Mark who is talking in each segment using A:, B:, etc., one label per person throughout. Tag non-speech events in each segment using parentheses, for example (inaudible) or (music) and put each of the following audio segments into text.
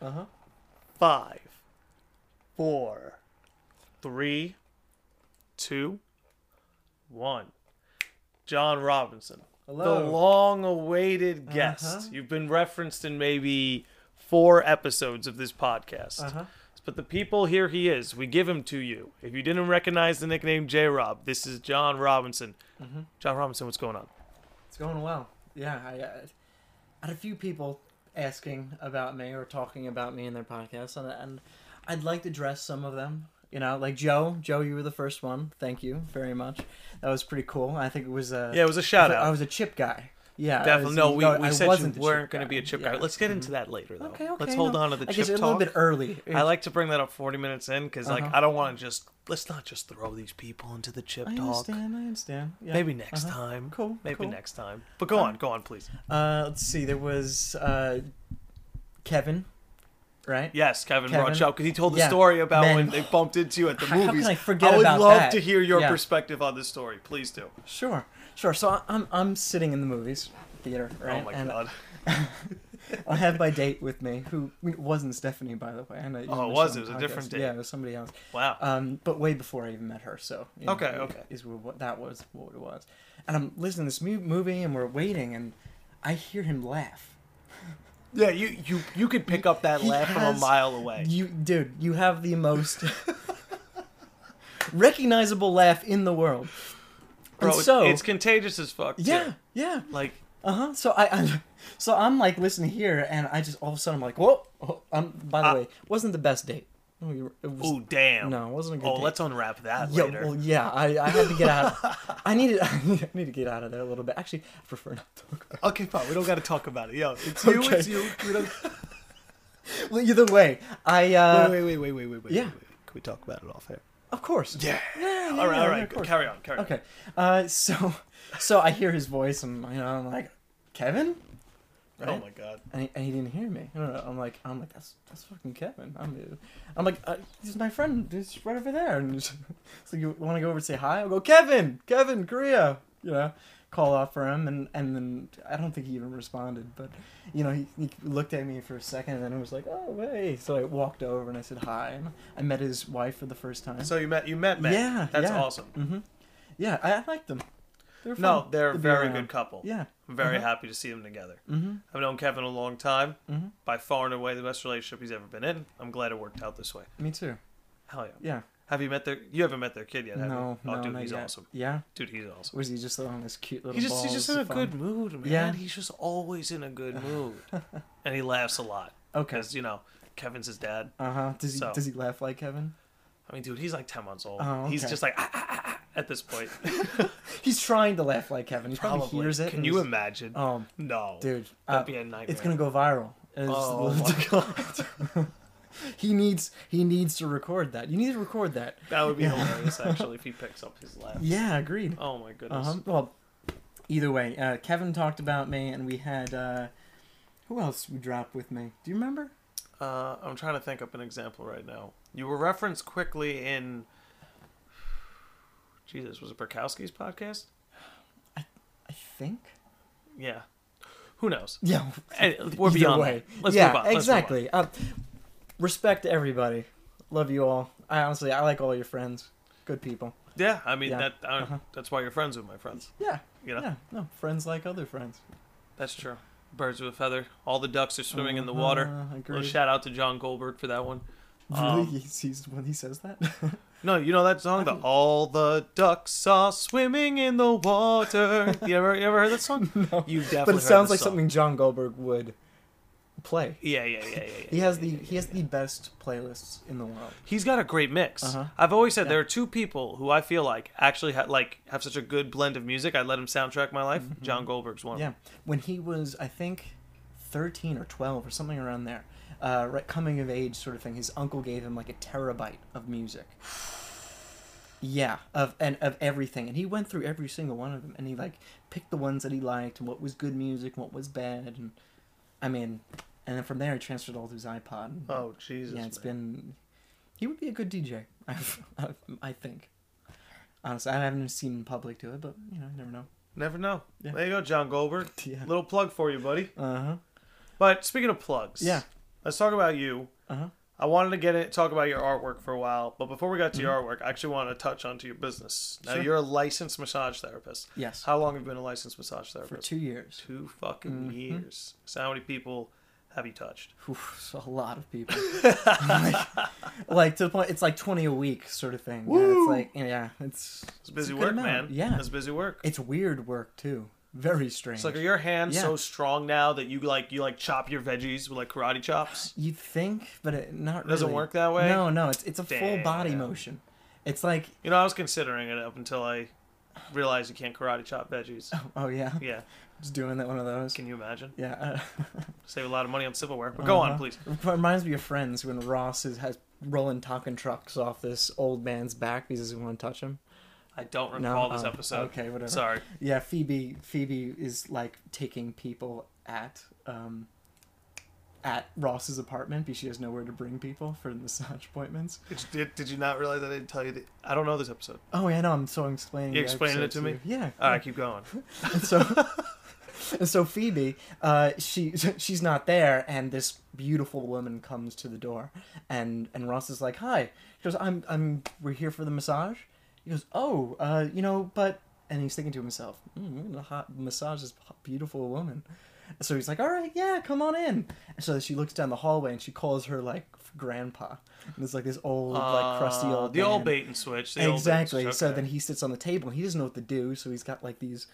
A: Uh huh.
B: Five, four, three, two, one. John Robinson, the
A: Hello.
B: long-awaited guest.
A: Uh-huh.
B: You've been referenced in maybe four episodes of this podcast.
A: Uh huh.
B: But the people, here he is. We give him to you. If you didn't recognize the nickname J Rob, this is John Robinson.
A: Mm-hmm.
B: John Robinson, what's going on?
A: It's going well. Yeah, I, uh, I had a few people asking about me or talking about me in their podcast, and, and I'd like to address some of them. You know, like Joe. Joe, you were the first one. Thank you very much. That was pretty cool. I think it was a
B: Yeah, it was a shout
A: I
B: out.
A: was a chip guy. Yeah, I
B: Definitely.
A: was-
B: No, we, we
A: I
B: said
A: wasn't
B: you
A: the
B: weren't
A: chip guy.
B: going to be a chip
A: Yeah. Mm-hmm.
B: guy. Let's get into that later, though.
A: Okay, okay.
B: Let's hold
A: no.
B: on to the
A: I guess
B: chip
A: A little
B: talk.
A: bit early.
B: I like to bring that up 40 minutes in because, like,
A: Uh-huh.
B: I don't want to just let's not just throw these people into the chip
A: I
B: talk.
A: understand. I understand. Yeah.
B: Maybe next
A: Uh-huh.
B: time.
A: Cool.
B: Maybe
A: cool. Uh-huh.
B: next time. But go on, go on, please.
A: Uh, let's see. There was uh, Kevin, right?
B: Yes, Kevin, brought
A: Kevin?
B: you up because he told the
A: Yeah.
B: story about
A: Man.
B: when they bumped into you at the
A: How can
B: movies.
A: I forget
B: would
A: about
B: love
A: that?
B: to hear your
A: Yeah.
B: perspective on this story. Please do. Oh
A: Sure, sure. So I- I'm I'm sitting in the movies theater, right?
B: Oh my
A: and
B: god.
A: I had my date with me, who it wasn't Stephanie, by the way. I know you
B: Oh, it
A: mentioned
B: was,
A: on
B: it was a
A: the
B: different
A: podcast.
B: date.
A: Yeah, it was somebody else.
B: Wow.
A: Um, but way before I even met her, so you know,
B: Okay,
A: it-
B: okay.
A: is what that was what it was. And I'm listening to this mu- movie, and we're waiting, and I hear him laugh.
B: Yeah, you you you could pick up that
A: He
B: laugh from a
A: has-
B: mile away.
A: You, dude, you have the most (laughs) recognizable laugh in the world.
B: Bro,
A: and
B: it's-
A: so,
B: it's contagious as fuck. too.
A: yeah, yeah.
B: Like
A: Uh huh. So I, I, so I'm like listening here, and I just all of a sudden I'm like, whoa. Oh, I'm, by the
B: Ah.
A: way, wasn't the best date. No, you- it was,
B: oh damn.
A: no, it wasn't a good
B: Oh,
A: date.
B: let's unwrap that
A: yeah,
B: later.
A: well, yeah. I, I had to get out.
B: (laughs)
A: I needed. (laughs) I need, I need to get out of there a little bit. Actually, I prefer not to. talk about
B: okay, fine. We don't got to talk about it. Yo,
A: (laughs)
B: it's
A: you, it's
B: you. We don't...
A: it. Well, either way, I. Uh,
B: wait, wait, wait, wait, wait, wait.
A: yeah.
B: wait, wait. Can we talk about it off air?
A: Of course.
B: Yeah.
A: Yeah, yeah,
B: all right,
A: yeah,
B: all
A: yeah,
B: right.
A: of course.
B: carry on. Carry on.
A: Okay. Uh, so, (laughs) so I hear his voice, and you know, I'm like, Kevin.
B: Oh
A: Right?
B: my god.
A: and he, and he didn't hear me. I don't know. I'm like, I'm like, that's that's fucking Kevin. I'm, I'm like, uh, he's my friend. He's (laughs) right over there. And so you want to go over and say hi? I'll go, Kevin, Kevin, Korea. You know, call out for him, and and then I don't think he even responded. But you know, he, he looked at me for a second, and then it was like, oh hey. So I walked over and I said hi, and I met his wife for the first time.
B: So you met you met Meg.
A: Yeah,
B: That's
A: yeah.
B: awesome.
A: hmm Yeah, I, I liked them. They were
B: No,
A: fun
B: they're a
A: to be
B: very
A: around.
B: good couple.
A: Yeah.
B: I'm very
A: Uh-huh.
B: happy to see them together.
A: hmm
B: I've known Kevin a long time.
A: Mhm.
B: By far and away the best relationship he's ever been in. I'm glad it worked out this way.
A: Me too.
B: Hell yeah.
A: Yeah.
B: Have you met their? You haven't met their kid yet, have
A: no,
B: you? Oh,
A: no,
B: dude,
A: not
B: he's
A: yet.
B: awesome.
A: Yeah.
B: Dude, he's awesome.
A: Was he just on his cute little
B: He just he's
A: balls
B: just in a
A: of
B: good
A: fun?
B: mood, man.
A: Yeah.
B: He's just always in a
A: (laughs)
B: good mood, and he laughs a lot
A: Okay.
B: because you know Kevin's his dad.
A: Uh huh. Does he
B: So.
A: does he laugh like Kevin?
B: I mean, dude, he's like ten months old.
A: Oh,
B: He's
A: okay.
B: just like (laughs) "Ah, ah, ah, ah," at this point.
A: He's trying to laugh like Kevin. He probably,
B: Probably.
A: hears it.
B: Can
A: and
B: you
A: he's-
B: imagine?
A: Oh,
B: no,
A: dude,
B: that'd
A: uh,
B: be a nightmare.
A: it's gonna go viral. It's-
B: Oh my god,
A: (laughs) he needs he needs to record that. You need to record that.
B: that would be
A: Yeah. (laughs)
B: hilarious actually if he picks up his laugh.
A: Yeah, agreed.
B: Oh my goodness.
A: Uh-huh. Well, either way, uh, Kevin talked about me, and we had uh, who else we dropped with me? Do you remember?
B: Uh, I'm trying to think up an example right now. You were referenced quickly in. Jesus, was it Burkowski's podcast?
A: I think.
B: Yeah. Who
A: (laughs)
B: knows?
A: Yeah,
B: Hey, (laughs) we're
A: Either
B: beyond
A: way.
B: that. Let's
A: yeah,
B: move on. Let's move on.
A: exactly. Uh, respect to everybody. Love you all. I honestly, I like all your friends. Good people.
B: Yeah, I mean
A: Yeah.
B: that. I,
A: Uh-huh.
B: That's why you're friends with my friends.
A: Yeah.
B: You know,
A: Yeah. No, friends like other friends.
B: that's true. Birds with a feather. All the ducks are swimming in the water.
A: Uh, agree.
B: Little
A: (laughs)
B: shout out to John Goldberg for that one. um,
A: really, he's, he's when he says
B: (laughs)
A: that. (laughs)
B: No, you know that song, the All the Ducks Are Swimming in the Water. you ever you ever heard that
A: (laughs)
B: song?
A: no.
B: You definitely.
A: But
B: heard
A: it sounds
B: the
A: like
B: song.
A: something John Goldberg would play.
B: Yeah, yeah, yeah, yeah. yeah
A: He has the he has the best playlists in the world.
B: He's got a great mix.
A: Uh-huh.
B: I've always said
A: Yeah.
B: there are two people who I feel like actually ha- like have such a good blend of music. I let him soundtrack my life. John Goldberg's one. of
A: Mm-hmm. Yeah, when he was, I think, thirteen or twelve or something around there, uh, right, coming of age sort of thing. His uncle gave him like a terabyte of music. (sighs) Yeah, of and of everything, and he went through every single one of them, and he like picked the ones that he liked, and what was good music, and what was bad, and I mean, and then from there he transferred all to his iPod. And,
B: them. Oh Jesus!
A: yeah, it's
B: man.
A: been. He would be a good DJ, (laughs) I've, I've, I think. Honestly, I haven't seen him public do it, but you know,
B: (laughs)
A: you never know.
B: Never know.
A: Yeah.
B: There you go, John Goldberg.
A: Yeah.
B: Little plug for you, buddy.
A: Uh huh.
B: But speaking of plugs,
A: Yeah.
B: let's talk about you.
A: Uh-huh.
B: I wanted to get it talk about your artwork for a while, but before we got to your artwork, I actually want to touch onto your business. Now
A: Mm-hmm. Sure.
B: you're a licensed massage therapist.
A: Yes.
B: How long have you been a licensed massage
A: for mm-hmm.
B: therapist?
A: two years.
B: two fucking years. So how many people have you touched?
A: Oof, so a lot of
B: (laughs)
A: people. (laughs) like, like, to the point, it's like twenty a week sort of thing. Yeah, it's like yeah, it's
B: It's busy
A: a good
B: work, man.
A: amount. Yeah,
B: it's busy work.
A: it's weird work too. Very strange.
B: It's like are your hands
A: Yeah.
B: so strong now that you like you like chop your veggies with like karate chops?
A: You'd think, but it not
B: doesn't
A: really.
B: work that way?
A: No, no, it's it's a full body
B: Damn.
A: motion. It's like (laughs)
B: You know, I was considering it up until I realized you can't karate chop
A: (laughs)
B: veggies.
A: oh yeah,
B: Yeah,
A: just doing that one of those.
B: can you imagine?
A: Yeah, uh, (laughs)
B: Save a lot of money on silverware. But go on,
A: Uh-huh.
B: please.
A: It reminds me of Friends when Ross is, has rolling talking trucks off this old man's back because he doesn't want to touch him.
B: I don't
A: No,
B: recall this
A: Oh,
B: episode.
A: Okay, whatever.
B: Sorry.
A: Yeah, Phoebe. Phoebe is like taking people at um, at Ross's apartment because she has nowhere to bring people for massage appointments.
B: Did, did, did you not realize I didn't tell you that? I don't know this episode.
A: Oh yeah, no, I'm so explaining.
B: You're
A: the
B: explaining it
A: episode
B: to
A: you.
B: me?
A: Yeah.
B: All right, keep going.
A: And so, (laughs) and so Phoebe, uh, she (laughs) she's not there, and this beautiful woman comes to the door, and and Ross is like, "Hi." She goes, "I'm I'm we're here for the massage." He goes, "Oh, uh, you know, but," and he's thinking to himself, mm, "We're gonna hot massage this hot, beautiful woman." So he's like, "All right, yeah, come on in." And so she looks down the hallway and she calls her like grandpa, and it's like this old like crusty
B: Uh,
A: old
B: the old
A: man
B: bait and switch. The old bait and
A: exactly.
B: switch,
A: So
B: okay.
A: then he sits on the table and he doesn't know what to do. So he's got like these,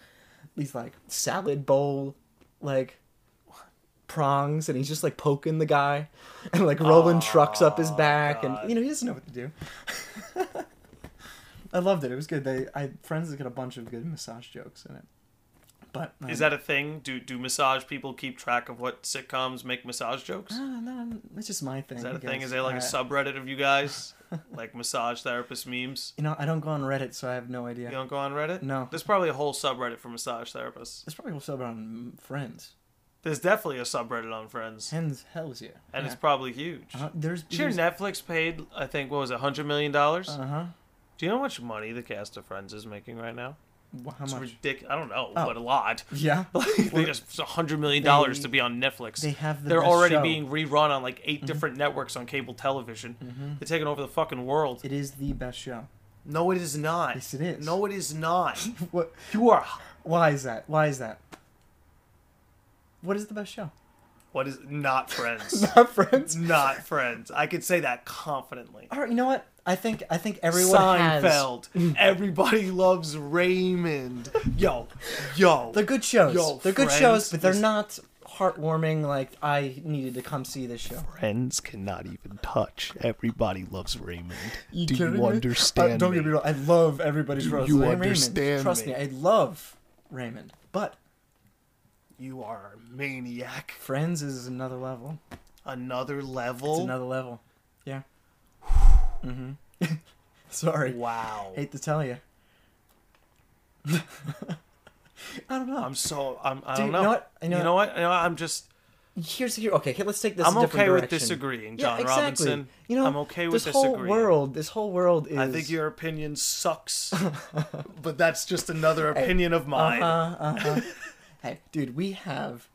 A: these like salad bowl, like prongs, and he's just like poking the guy, (laughs) and like rolling trucks up his back,
B: Oh, God.
A: and you know he doesn't know what to do. (laughs) I loved it. It was good. They, I friends has got a bunch of good massage jokes in it. But um,
B: Is that a thing? Do do massage people keep track of what sitcoms make massage jokes?
A: I don't know. That's just my thing.
B: Is that
A: I
B: a thing?
A: guess. Uh,
B: Is there like a
A: I-
B: subreddit of you guys?
A: (laughs)
B: like massage therapist memes?
A: You know, I don't go on Reddit, so I have no idea.
B: You don't go on Reddit?
A: No.
B: There's probably a whole subreddit for massage therapists.
A: It's probably also about mm, friends.
B: There's definitely a subreddit on Friends. And
A: Hens, hell's yeah. yeah.
B: it's probably huge.
A: Uh, there's
B: Did you
A: there's-
B: hear Netflix paid, I think, what was it, $100 million?
A: Uh huh.
B: Do you know how much money the cast of Friends is making right now?
A: How
B: It's
A: much?
B: ridiculous. I don't know,
A: Oh.
B: but a lot. (laughs)
A: yeah.
B: they
A: Well,
B: just it's $100 million
A: they-
B: to be on Netflix.
A: They have the
B: They're
A: best
B: already
A: show. Mm-hmm.
B: being rerun on like 8 different networks on cable television. They're taking over the fucking world.
A: It is the best show.
B: No, it is not.
A: Yes, it is.
B: No, it is not.
A: (laughs) What?
B: you are.
A: Why is that? Why is that? What is the
B: (laughs)
A: best show?
B: What is not friends?
A: (laughs) Not
B: (laughs)
A: Friends.
B: not friends. I could say that confidently.
A: All right. You know what? I think I think everyone has Mm.
B: Seinfeld. Everybody loves Raymond. Yo, yo.
A: they're good shows.
B: Yo,
A: they're good
B: Friends
A: shows, but they're
B: is-
A: not heartwarming. Like I needed to come see this show.
C: friends cannot even touch. Everybody loves Raymond.
A: You
C: Do
A: kidding me?
C: you
A: Uh,
C: understand?
A: don't get
C: me?
A: me wrong. I love everybody's Rose.
C: you
A: I- Raymond.
C: understand
A: Trust me.
C: me?
A: I love Raymond, but
B: you are a maniac.
A: Friends is another level.
B: Another
A: It's
B: level.
A: another level. Yeah. hmm (laughs) Sorry.
B: Wow.
A: Hate to tell (laughs) you. I don't know.
B: I'm so. I'm, I
A: Do
B: don't
A: you
B: know.
A: know what? I
B: You
A: know-
B: know what? You know, I'm just.
A: here's here. Okay, here, let's take this.
B: I'm
A: a different
B: okay with
A: direction.
B: disagreeing,
A: Yeah,
B: John
A: exactly.
B: Robinson.
A: You know,
B: I'm okay with
A: this whole
B: disagreeing.
A: world. This whole world is. Uh-huh.
B: I think your opinion
A: (laughs)
B: sucks, but that's just another opinion of
A: Uh
B: mine.
A: huh. Uh
B: (laughs)
A: huh. hey, dude, we have,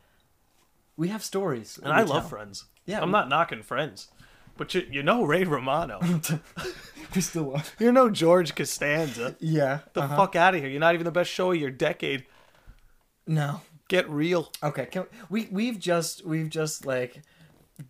A: we have stories,
B: And I love Friends.
A: Yeah,
B: I'm
A: we-
B: not knocking Friends, but you, you know Ray Romano. (laughs)
A: (laughs) We still love.
B: you know George Costanza.
A: Yeah.
B: The
A: uh-huh.
B: fuck out of here! You're not even the best show of your decade.
A: No.
B: Get real.
A: Okay. Can we, we we've just we've just like,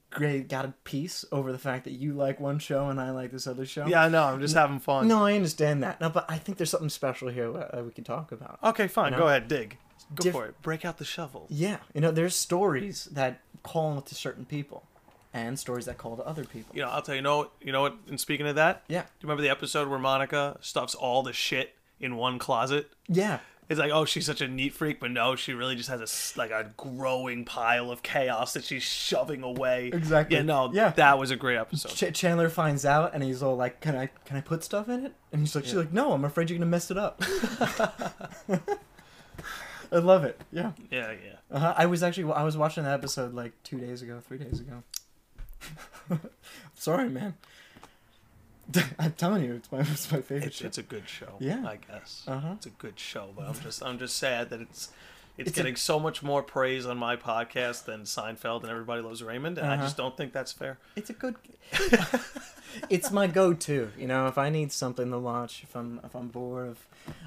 A: great got a piece over the fact that you like one show and I like this other show.
B: Yeah, I know. I'm just having fun.
A: No, I understand that. No, but I think there's something special here that uh, we can talk about.
B: Okay, fine.
A: No.
B: Go ahead, dig. Go
A: Diff-
B: for it. Break out the shovel.
A: Yeah, you know, there's stories that call to certain people, and stories that call to other people.
B: You know, I'll tell you. you know what- you know what? And speaking of that,
A: Yeah,
B: do you remember the episode where Monica stuffs all the shit in one closet?
A: yeah,
B: It's like, oh, she's such a neat freak, but no, she really just has a s- like a growing pile of chaos that she's shoving away.
A: Exactly.
B: Yeah, no,
A: Yeah.
B: that was a great episode.
A: Ch- Chandler finds out, and he's all like, "Can I, can I put stuff in it?" And he's like, "She's like, no, I'm afraid you're gonna mess it up." (laughs) I love it. Yeah,
B: Yeah, yeah.
A: uh-huh. I was actually I was watching that episode like two days ago, three days ago. (laughs) Sorry, man. (laughs) I'm telling you, it's my it's my favorite
B: It's,
A: show.
B: it's a good show.
A: Yeah.
B: I guess
A: Uh huh.
B: it's a good show, but I'm just I'm just sad that it's It's,
A: It's a-
B: getting so much more praise on my podcast than Seinfeld and Everybody Loves Raymond, and I
A: Uh-huh.
B: just don't think that's fair.
A: It's a good. (laughs) it's my go-to. You know, if I need something to watch, if I'm if I'm bored, if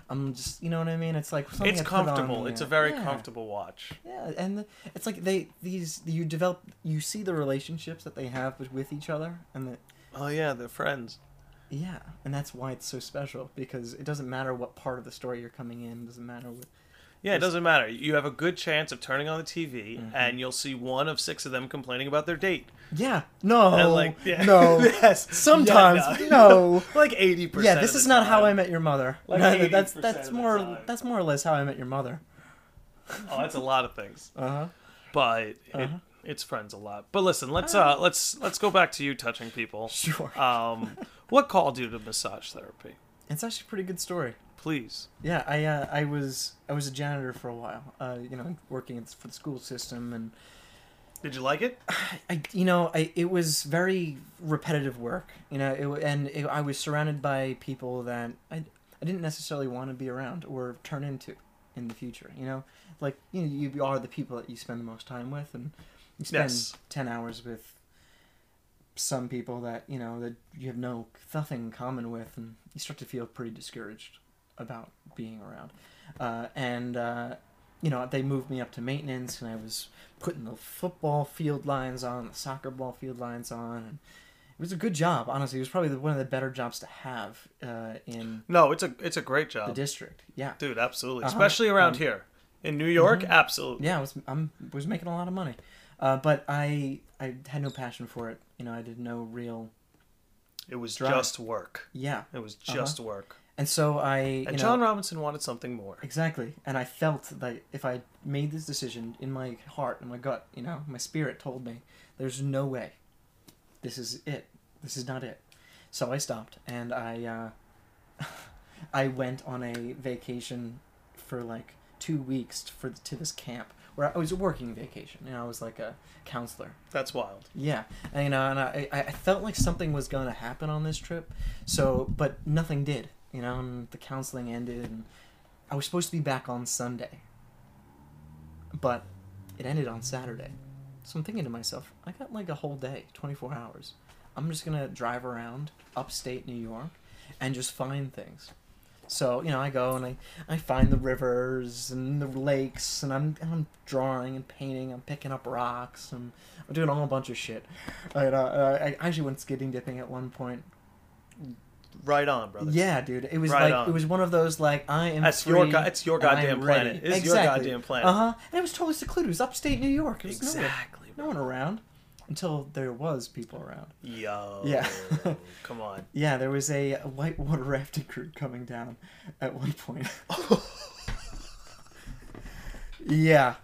A: I'm just you know what I mean. It's like something
B: it's
A: I put on,
B: comfortable.
A: you
B: it's
A: know.
B: a very
A: Yeah.
B: comfortable watch.
A: Yeah, and the, it's like they these you develop you see the relationships that they have with, with each other, and that
B: Oh yeah, they're friends.
A: yeah, and that's why it's so special because it doesn't matter what part of the story you're coming in. Doesn't matter what.
B: Yeah, it
A: It's-
B: doesn't matter. You have a good chance of turning on the TV,
A: Mhm.
B: and you'll see one of six of them complaining about their date.
A: Yeah.
B: (laughs)
A: No.
B: And, like, yeah.
A: Oh, No.
B: yes.
A: Sometimes
B: Yeah,
A: no.
B: (laughs) like eighty (laughs) percent.
A: Yeah, this is not how I met your mother.
B: Like
A: No, that- that's
B: 80%
A: that's
B: of the
A: more
B: time.
A: that's more or less how I met your mother.
B: Oh, that's a lot of things,
A: Uh huh.
B: but it,
A: Uh-huh. Um,
B: it's friends a lot. But listen, let's uh, let's let's go back to you touching people.
A: Sure.
B: Um, what called you to massage therapy?
A: It's actually a pretty good story.
B: Please.
A: Yeah, I uh, I was I was a janitor for a while. Uh, you know, working at- for the school system, and
B: Did you like it?
A: I you know I it was very repetitive work. You know, it, wa- and it, I was surrounded by people that I I didn't necessarily want to be around or turn into in the future. You know, like you know, you are the people that you spend the most time with, and you spend
B: Yes.
A: ten hours with some people that you know that you have no nothing in common with, and you start to feel pretty discouraged about being around. Uh, and uh, you know, they moved me up to maintenance, and I was putting the football field lines on, the soccer ball field lines on. And it was a good job, honestly. It was probably the- one of the better jobs to have uh, in
B: No, it's a it's a great
A: the
B: job,
A: district. Yeah,
B: dude. Absolutely,
A: Uh-huh.
B: especially around
A: Um,
B: here in New York.
A: Mhm.
B: Absolutely.
A: yeah, I was I'm was making a lot of money, uh, but I I had no passion for it. You know, I did no real
B: It was
A: Drive.
B: just work.
A: yeah,
B: It was
A: Uh-huh.
B: just work.
A: and so I you
B: And
A: know,
B: John Robinson wanted something more.
A: Exactly. And I felt that if I made this decision in my heart, in my gut, you know, my spirit told me, there's no way. This is it. This is not it. So I stopped and I uh, (laughs) I went on a vacation for like two weeks for to this camp where I was a working vacation. You know, I was like a counselor
B: That's wild.
A: yeah, and, you know, and I, I I felt like something was gonna happen on this trip, so but nothing did. You know, and the counseling ended, and I was supposed to be back on Sunday, but it ended on Saturday. So I'm thinking to myself, I got like a whole day, 24 hours. I'm just gonna drive around upstate New York and just find things. So you know, I go and I, I find the rivers and the lakes, and I'm and I'm drawing and painting. I'm picking up rocks and I'm doing a whole bunch of shit. And, uh, uh, I actually went skating dipping at one point.
B: Right on, brother.
A: Yeah, dude, it was
B: Right
A: like
B: on.
A: it was one of those like I am.
B: That's
A: free
B: your go- it's your
A: and I
B: goddamn
A: am
B: planet.
A: ready.
B: It is your goddamn planet.
A: Uh-huh. And it was totally secluded. It was upstate New York. It was nowhere-
B: Exactly.
A: No one around until there was people around.
B: Yo.
A: Yeah.
B: (laughs) come
A: (laughs)
B: on.
A: Yeah, there was a whitewater rafting crew coming down at one point. (laughs) yeah.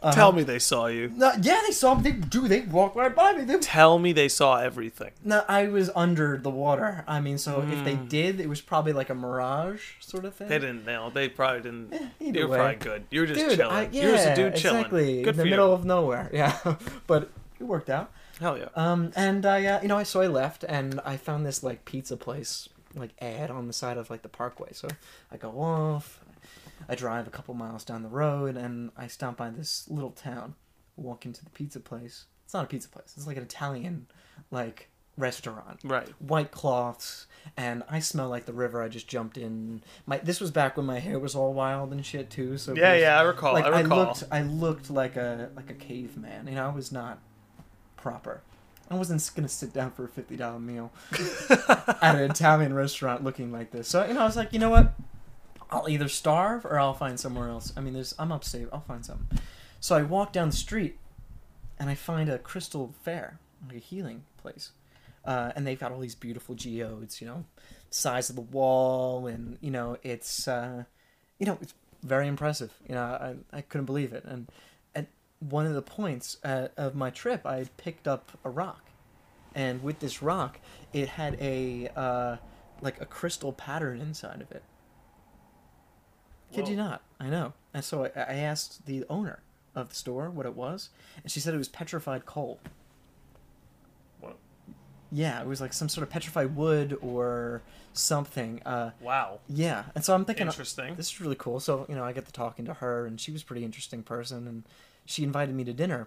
A: Uh-huh.
B: Tell me they saw you.
A: No, yeah, they saw me. They do. They walked right by me. They
B: Tell me they saw everything.
A: No, I was under the water. I mean, so if they did, it was probably like a mirage sort of thing.
B: Hmm. They didn't know. They probably didn't.
A: either
B: You're
A: way.
B: probably good. You're just
A: dude,
B: chilling.
A: I, yeah,
B: You're just a dude chilling.
A: exactly.
B: Good
A: in the
B: for
A: middle
B: you.
A: of nowhere. (laughs) Yeah, but it worked out.
B: Hell yeah.
A: Um, and I, uh, you know, I so I left and I found this like pizza place like ad on the side of like the parkway. So I go off. I drive a couple miles down the road and I stop by this little town. Walk into the pizza place. It's not a pizza place. It's like an Italian like restaurant
B: Right.
A: white cloths and I smell like the river I just jumped in. My this was back when my hair was all wild and shit too, so it
B: Yeah,
A: was-
B: yeah. I recall.
A: Like
B: I recall.
A: looked I looked like a like a caveman. You know, I was not proper. I wasn't s- gonna sit down for a fifty dollar meal
B: (laughs)
A: at an Italian restaurant looking like this. So you know, I was like, you know what? I'll either starve or I'll find somewhere else. I mean, there's I'm upstate. I'll find something. So I walk down the street, and I find a crystal fair, like a healing place, uh, and they've got all these beautiful geodes. You know, size of the wall, and you know, it's uh, you know, it's very impressive. You know, I I couldn't believe it. And at one of the points uh, of my trip, I picked up a rock and with this rock, it had a uh, like a crystal pattern inside of it. Kid
B: Whoa.
A: you not, I know. And so I, I asked the owner of the store what it was, and she said it was petrified coal.
B: What?
A: yeah, it was like some sort of petrified wood or something. Uh,
B: Wow.
A: yeah, and so I'm thinking
B: Interesting.
A: this is really cool. So you know, I get to talking to her, and she was a pretty interesting person, and she invited me to dinner,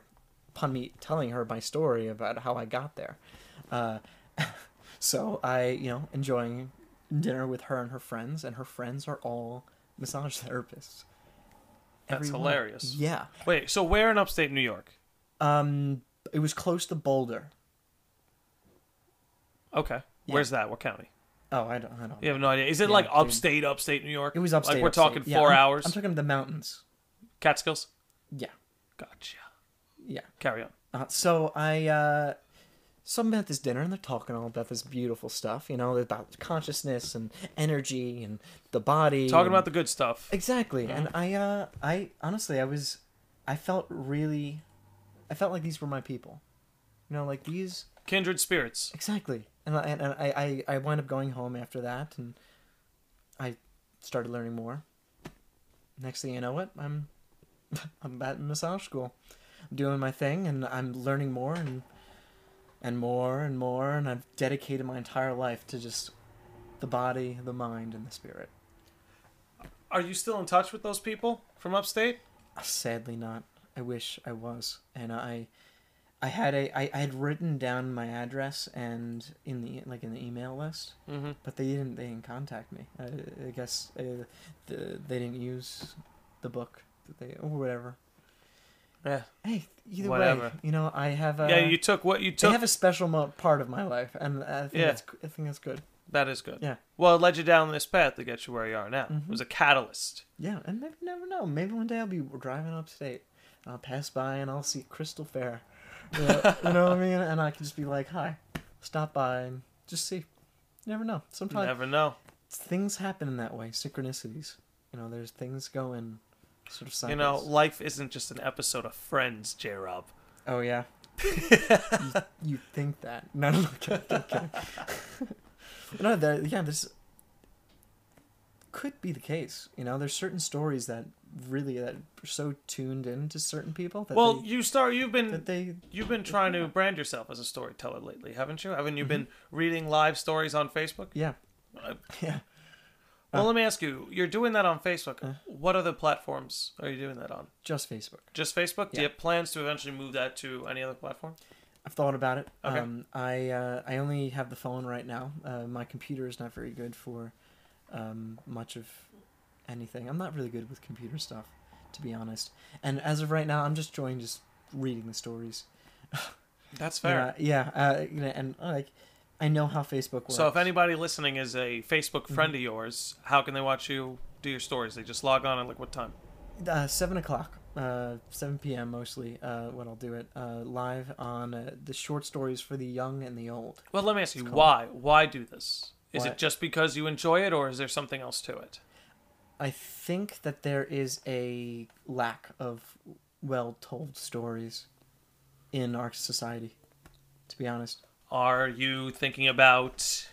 A: upon me telling her my story about how I got there. Uh, (laughs) so I, you know, enjoying dinner with her and her friends, and her friends are all massage therapists.
B: That's
A: Everyone.
B: hilarious.
A: Yeah.
B: Wait, so where in upstate New York?
A: Um, it was close to Boulder.
B: Okay.
A: Yeah.
B: Where's that? What county?
A: Oh, I don't, I don't.
B: You have no idea. Is it
A: Yeah,
B: like
A: dude.
B: upstate, upstate New York?
A: It was upstate.
B: Like we're
A: upstate.
B: talking
A: Yeah,
B: 4
A: I'm-
B: hours.
A: I'm talking the mountains.
B: Catskills.
A: Yeah,
B: Gotcha.
A: yeah.
B: Carry on.
A: Uh, so I, uh, so I'm at this dinner and they're talking all about this beautiful stuff, you know, about consciousness and energy and the body.
B: Talking
A: and-
B: about the Mm-hmm. good stuff.
A: exactly. And I, uh, I honestly, I was, I felt really, I felt like these were my people, you know, like these
B: Kindred spirits.
A: exactly. And I, and I, I, I wound up going home after that, and I started learning more. Next thing you know, what I'm, (laughs) I'm at massage school, doing my thing, and I'm learning more and, and more and more, and I've dedicated my entire life to just, the body, the mind, and the spirit.
B: Are you still in touch with those people from upstate?
A: Uh, Sadly, not. I wish I was, and I, I had a, I, I had written down my address and in the e, like in the email list,
B: Mm-hmm.
A: But they didn't. They didn't contact me. I, I guess uh, the, they didn't use the book that they or whatever.
B: Yeah.
A: Hey, either way,
B: Whatever.
A: you know, I have. A,
B: yeah, you took what you
A: They
B: took.
A: have a special mo- part of my life, and I think
B: Yeah.
A: that's I think that's good.
B: that is good.
A: Yeah. Mm-hmm.
B: Well, it led you down this path to get you where you are now. It was a catalyst.
A: Yeah, and maybe you never know. Maybe one day I'll be driving upstate, and I'll pass by and I'll see Crystal Fair. You
B: (laughs)
A: know, you know what I mean? And I can just be like, "Hi, stop by and just see." You never know.
B: You
A: Sometimes
B: never know.
A: things happen in that way. Synchronicities. You know, there's things going. Sort of cycles.
B: You know, life isn't just an episode of Friends, J Rob.
A: Oh yeah.
B: (laughs)
A: you, you think that? No, no, no, kidding, kidding, kidding. no. There, yeah, this could be the case. You know, there's certain stories that really that are so tuned in to certain people that
B: Well,
A: they,
B: you start. You've been
A: that they
B: you've been trying to brand yourself as a storyteller lately, haven't you? Haven't you been reading live stories on Facebook?
A: Mm-hmm. yeah
B: Uh,
A: yeah.
B: Well, let me ask you. You're doing that on Facebook.
A: Uh.
B: what other platforms are you doing that on?
A: Just Facebook.
B: Just Facebook? Do you
A: Yeah.
B: have plans to eventually move that to any other platform?
A: I've thought about it.
B: Okay.
A: Um, I uh, I only have the phone right now. Uh, my computer is not very good for um, much of anything. I'm not really good with computer stuff, to be honest. And as of right now, I'm just enjoying just reading the stories.
B: That's fair.
A: Yeah, yeah. Uh, you know, and like, I know how Facebook works.
B: So if anybody listening is a Facebook
A: Mm-hmm.
B: friend of yours, how can they watch you do your stories? They just log on at like what time?
A: uh, seven o'clock, uh, seven p.m. mostly. Uh, when I'll do it uh, live on uh, the short stories for the young and the old.
B: Well, let me ask you, why? Why do this? Is
A: Why-
B: it just because you enjoy it, or is there something else to it?
A: I think that there is a lack of well told stories in our society, to be honest.
B: Are you thinking about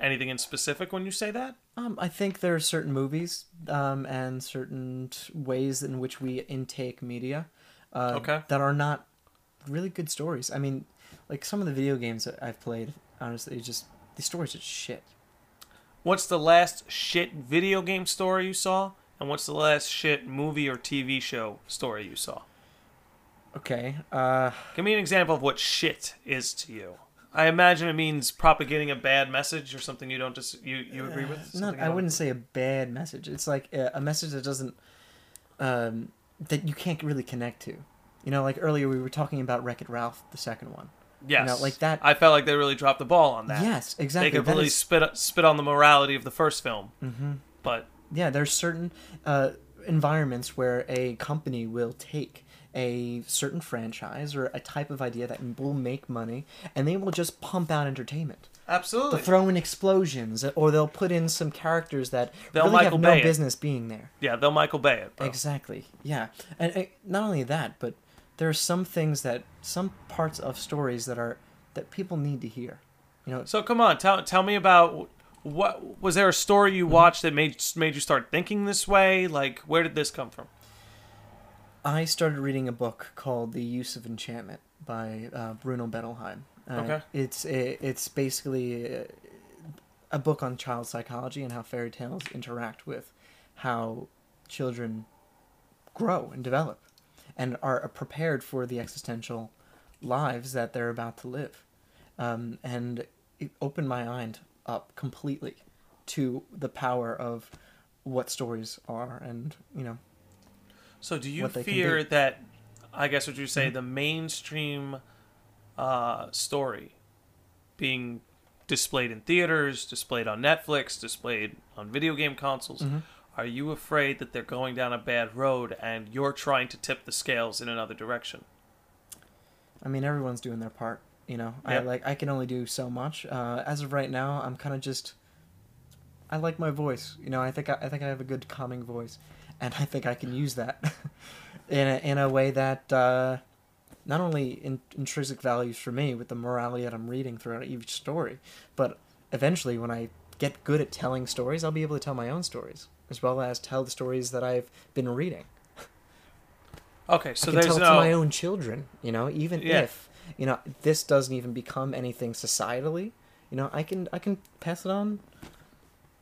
B: anything in specific when you say that?
A: Um, I think there are certain movies um, and certain t- ways in which we intake media uh,
B: Okay.
A: that are not really good stories. I mean, like some of the video games that I've played, honestly, it's just the stories are shit.
B: What's the last shit video game story you saw? And what's the last shit movie or TV show story you saw?
A: Okay. Uh,
B: Give me an example of what shit is to you. I imagine it means propagating a bad message or something you don't dis- you you agree with.
A: (sighs) Uh, not,
B: something you
A: I
B: don't-
A: wouldn't say a bad message. It's like a, a message that doesn't, um, that you can't really connect to. You know, like earlier we were talking about Wreck It Ralph, the second one.
B: Yes,
A: know, like that-
B: I felt like they really dropped the ball on that.
A: Yes,
B: they
A: exactly. that
B: completely
A: is-
B: spit spit on the morality of the first film. Mm-hmm. But
A: yeah, there's certain uh, environments where a company will take a certain franchise or a type of idea that will make money, and they will just pump out entertainment.
B: absolutely,
A: They'll throw in explosions, or they'll put in some characters that
B: They'll
A: really have
B: Michael
A: no
B: Bay it.
A: business being there.
B: yeah, they'll Michael Bay it. Bro.
A: Exactly. Yeah, and, and not only that, but there are some things that some parts of stories that are that people need to hear. You know,
B: So come on, tell tell me about what was there a story
A: Mm-hmm.
B: you watched that made made you start thinking this way? Like, where did this come from?
A: I started reading a book called The Use of Enchantment by uh, Bruno Bettelheim, Uh,
B: Okay.
A: It's a, it's basically a, a book on child psychology and how fairy tales interact with how children grow and develop and are uh, prepared for the existential lives that they're about to live. Um, and it opened my mind up completely to the power of what stories are and, you know,
B: So do you
A: what they can
B: fear
A: do. Mm-hmm.
B: that I guess what you say the mainstream uh, story being displayed in theaters, displayed on Netflix, displayed on video game consoles,
A: Mm-hmm.
B: are you afraid that they're going down a bad road and you're trying to tip the scales in another direction?
A: I mean, everyone's doing their part, you know. I
B: Yeah.
A: like I can only do so much. Uh, as of right now, I'm kind of just. I like my voice, you know. I think I, I think I have a good calming voice, and I think I can use that (laughs) in a, in a way that uh, not only in, intrinsic values for me with the morality that I'm reading throughout each story, but eventually when I get good at telling stories, I'll be able to tell my own stories as well as tell the stories that I've been reading.
B: Okay, so
A: I can
B: there's
A: tell it to my
B: no
A: own children, you know, even
B: Yeah.
A: if, you know, this doesn't even become anything societally, you know, I can I can pass it on.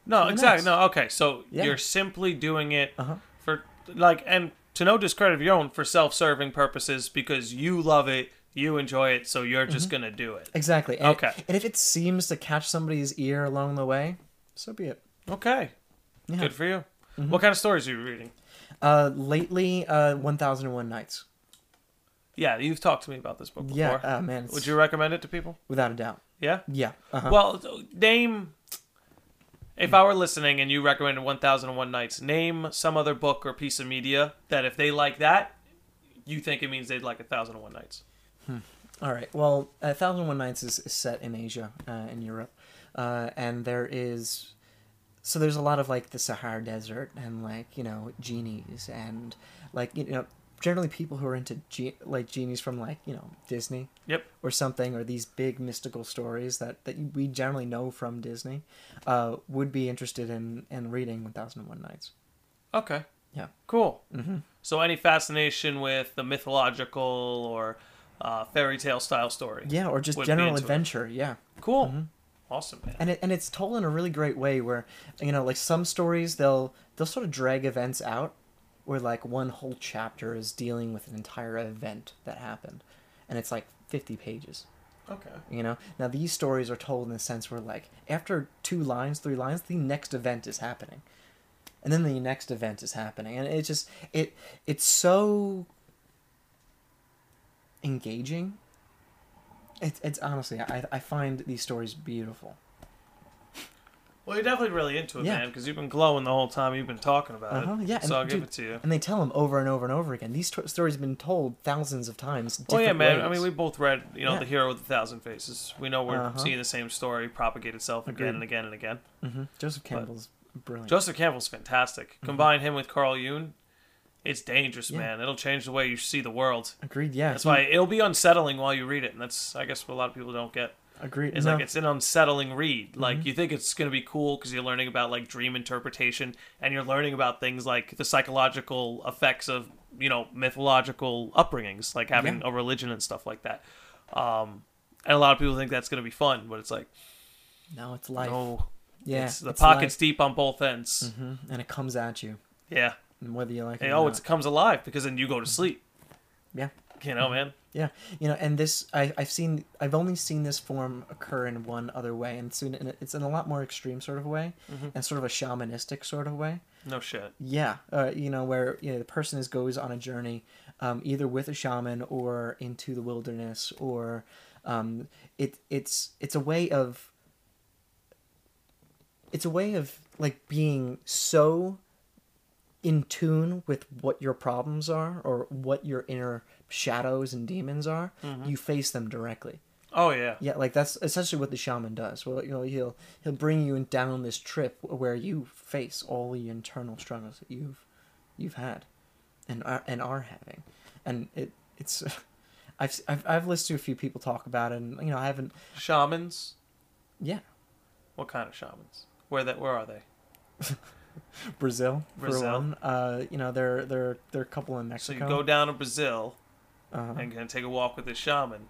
B: No,
A: Why
B: exactly.
A: not?
B: No, okay. So
A: Yeah.
B: you're simply doing it
A: Uh-huh.
B: for like and to no discredit of your own for self-serving purposes because you love it, you enjoy it, so you're just
A: Mm-hmm.
B: going to do it.
A: Exactly. And
B: Okay.
A: and if it seems to catch somebody's ear along the way, so be it.
B: Okay.
A: Yeah. Mm-hmm.
B: Good for you. What kind of stories are you reading?
A: Uh lately uh 1001 nights.
B: Yeah, you've talked to me about this book before.
A: Yeah, uh, man. it's-
B: Would you recommend it to people?
A: without a doubt.
B: Yeah.
A: Yeah. Uh-huh.
B: Well, th- name. If I were listening and you recommended 1001 Nights, name some other book or piece of media that if they like that, you think it means they'd like 1001 Nights.
A: All right. Well, uh, Thousand and One Nights is, is set in Asia, uh, in Europe, uh, and there is, so there's a lot of like the Sahara Desert and like you know genies and like you know generally people who are into ge- like genies from like you know Disney
B: Yep.
A: or something or these big mystical stories that that we generally know from Disney, uh, would be interested in in reading One Thousand and One Nights.
B: Okay.
A: Yeah.
B: Cool. Mm-hmm. So, any fascination with the mythological or uh, fairy tale style story?
A: Yeah, Mm-hmm. or just
B: Would be
A: general
B: into it.
A: adventure. Yeah.
B: Cool. Awesome, man.
A: and it, and it's told in a really great way where you know like some stories they'll they'll sort of drag events out where like one whole chapter is dealing with an entire event that happened and it's like 50 pages
B: okay.
A: you know now these stories are told in the sense where like after two lines three lines the next event is happening and then the next event is happening and it's just it it's so engaging it's, it's honestly I, I find these stories beautiful
B: Well, you're definitely really into it, man,
A: Yeah.
B: man, because you've been glowing the whole time you've been talking about
A: Uh-huh,
B: it.
A: yeah,
B: so I'll
A: and
B: give
A: dude-
B: it to you.
A: And they tell him over and over and over again. These to stories have been told thousands of times.
B: Oh yeah,
A: different
B: man. I
A: ways.
B: mean, we both read, you know,
A: Yeah.
B: the hero with a thousand faces. We know we're
A: Uh-huh.
B: seeing the same story propagate itself again
A: Agreed.
B: and again and again.
A: Mhm. Joseph Campbell's brilliant.
B: Joseph Campbell's fantastic. Combine him with Carl Jung, it's dangerous,
A: Mm-hmm. Yeah.
B: man. It'll change the way you see the world.
A: agreed. Yeah,
B: That's
A: he-
B: why it'll be unsettling while you read it, and that's I guess what a lot of people don't get.
A: agreed.
B: It's
A: no, Mm-hmm.
B: like it's an unsettling read. Like you think it's going to be cool because you're learning about like dream interpretation and you're learning about things like the psychological effects of you know mythological upbringings, like having
A: Yeah.
B: a religion and stuff like that. Um, and a lot of people think that's going to be fun, but it's like
A: no, it's life.
B: no,
A: yeah,
B: it's, the
A: it's
B: pocket's deep on both ends.
A: life. Mhm. and it comes at you,
B: Yeah,
A: and whether you like
B: and,
A: Mm-hmm. it.
B: oh,
A: or
B: it
A: not. Mm-hmm.
B: comes alive because then you go to sleep.
A: Yeah. Mm-hmm.
B: You know, man.
A: Yeah, you know, and this I, I've seen. I've only seen this form occur in one other way, and soon and it's in a lot more extreme sort of way,
B: Mm-hmm.
A: and sort of a shamanistic sort of way.
B: No shit.
A: Yeah, uh, you know where you know the person is goes on a journey, um, either with a shaman or into the wilderness, or um, it it's it's a way of it's a way of like being so in tune with what your problems are or what your inner shadows and demons are. You face them directly.
B: Oh yeah.
A: Yeah, like that's essentially what the shaman does. Well, you know, he'll he'll bring you in- down this trip where you face all the internal struggles that you've you've had, and are and are having, and it it's, (laughs) I've s- I've, I've listened to a few people talk about it, and you know I haven't.
B: Shamans.
A: Yeah,
B: What kind of shamans? Where that? Where are they?
A: Brazil, for
B: Brazil.
A: one. Uh, you know there there there are a couple in
B: So
A: Mexico.
B: you go down to Brazil.
A: Uh-huh.
B: and gonna take a walk with this shaman.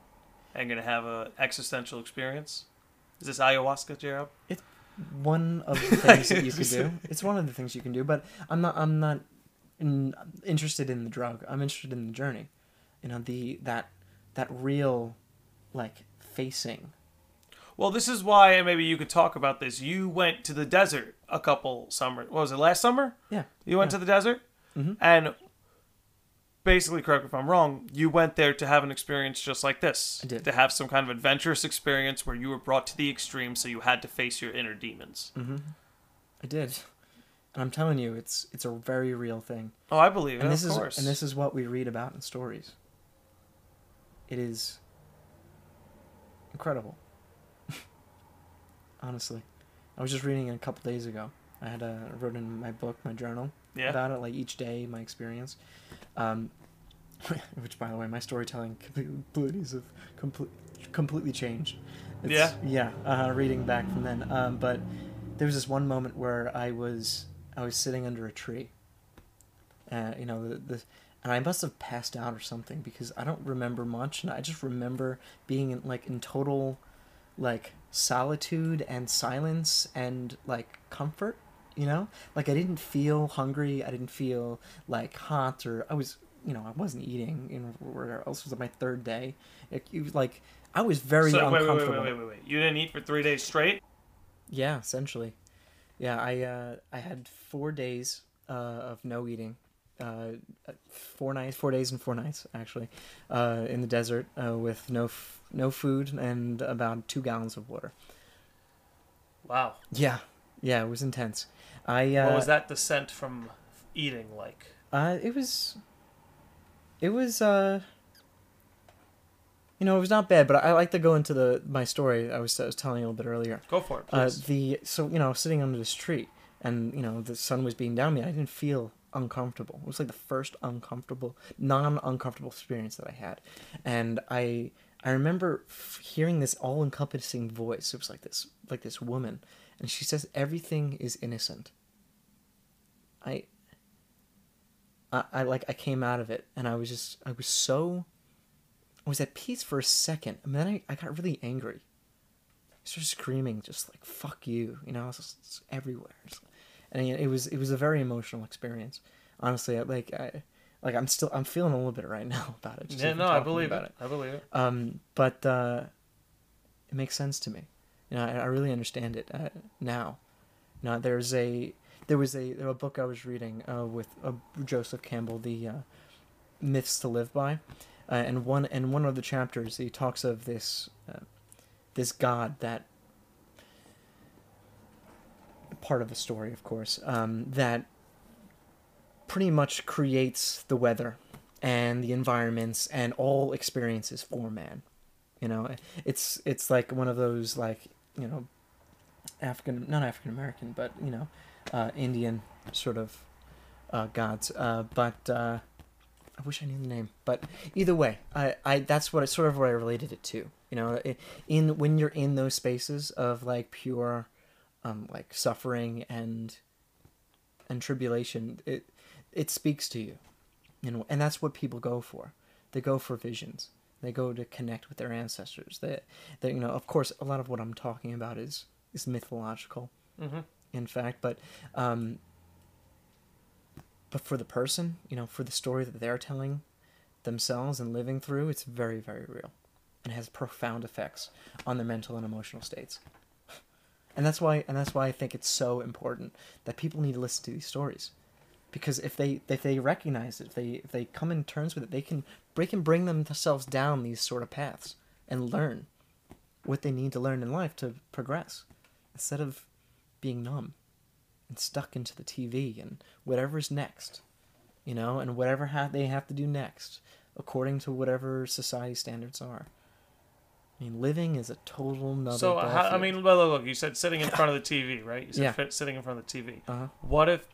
B: and gonna have a existential experience. Is this ayahuasca, Jarob?
A: one of
B: (laughs)
A: the things that you can do. It's one of the things you can do, but I'm not. I'm not in, interested in the drug. I'm interested in the journey. You know the that that real, like facing.
B: Well, this is why, and maybe you could talk about this. You went to the desert a couple summer. What was it last summer?
A: Yeah.
B: You went to the desert, and basically, correct me if I'm wrong. You went there to have an experience just like this.
A: I did.
B: To have some kind of adventurous experience where you were brought to the extreme, so you had to face your inner demons.
A: I did, and I'm telling you, it's it's a very real thing.
B: Oh, I believe it.
A: and this
B: of
A: is
B: course.
A: and this is what we read about in stories. It is incredible. (laughs) Honestly, I was just reading it a couple days ago. I had a I wrote in my book, my journal
B: yeah.
A: about it, like each day, my experience. Um, (laughs) which, by the way, my storytelling completely have complete, completely changed. yeah. Uh, reading back from then, um, but there was this one moment where I was I was sitting under a tree. Uh, you know the, the and I must have passed out or something because I don't remember much, and I just remember being in, like in total like solitude and silence and like comfort you know like i didn't feel hungry i didn't feel like hot or i was you know i wasn't eating and where else was it my third day it, it was like i was very
B: So, wait, wait,
A: uncomfortable
B: wait, wait, wait, wait, wait. You didn't eat for three days straight.
A: yeah essentially yeah i uh i had four days uh of no eating uh four nights four days and four nights actually uh in the desert uh, with no f- no food and about two gallons of water
B: Wow.
A: yeah yeah it was intense i uh
B: what was that descent from eating like?
A: Uh, it was. It was. uh You know, it was not bad, but I like to go into the my story. I was, I was telling you a little bit earlier.
B: Go for it,
A: Uh,
B: please.
A: the so you know, sitting under this tree, and you know, the sun was beating down on me. I didn't feel uncomfortable. It was like the first uncomfortable, non-uncomfortable experience that I had, and I I remember f- hearing this all-encompassing voice. It was like this, like this woman, and she says, "Everything is innocent." I I, I like I came out of it and I was just I was so I was at peace for a second and then I, I got really angry. I started screaming just like fuck you, you know, it's, it's everywhere. It's- And it was it was a very emotional experience. Honestly, I, like I like I'm still I'm feeling a little bit right (laughs) now about it. just
B: yeah,
A: even
B: no, I
A: talking
B: believe
A: about
B: it. I believe it.
A: um, but uh, it makes sense to me. You know, I, I really understand it uh, now. You know, there's a there was a, there was a book I was reading uh, with uh, Joseph Campbell, the uh, myths to live by, uh, and one and one of the chapters he talks of this uh, this god that part of the story, of course, um, that pretty much creates the weather and the environments and all experiences for man. You know, it's it's like one of those like you know, African not African American but you know, uh, Indian sort of uh, gods. Uh, but uh, I wish I knew the name. But either way, I, I that's what I sort of what I related it to. You know, i in when you're in those spaces of like pure, um, like suffering and and tribulation, it it speaks to you you know and that's what people go for they go for visions they go to connect with their ancestors they, they you know of course a lot of what i'm talking about is is mythological
B: Mm-hmm.
A: in fact but um but for the person you know for the story that they're telling themselves and living through it's very very real and has profound effects on their mental and emotional states and that's why and that's why i think it's so important that people need to listen to these stories because if they if they recognize it, if they if they come in terms with it, they can they can bring themselves down these sort of paths and learn what they need to learn in life to progress, instead of being numb and stuck into the TV and whatever's next, you know, and whatever ha- they have to do next, according to whatever society standards are. I mean, living is a total nother.
B: So,
A: ball
B: how, I
A: field.
B: mean, look, look, look, you said sitting in
A: (laughs)
B: front of the TV, right? You said
A: Yeah.
B: fit, sitting in front of the TV.
A: Uh-huh.
B: What if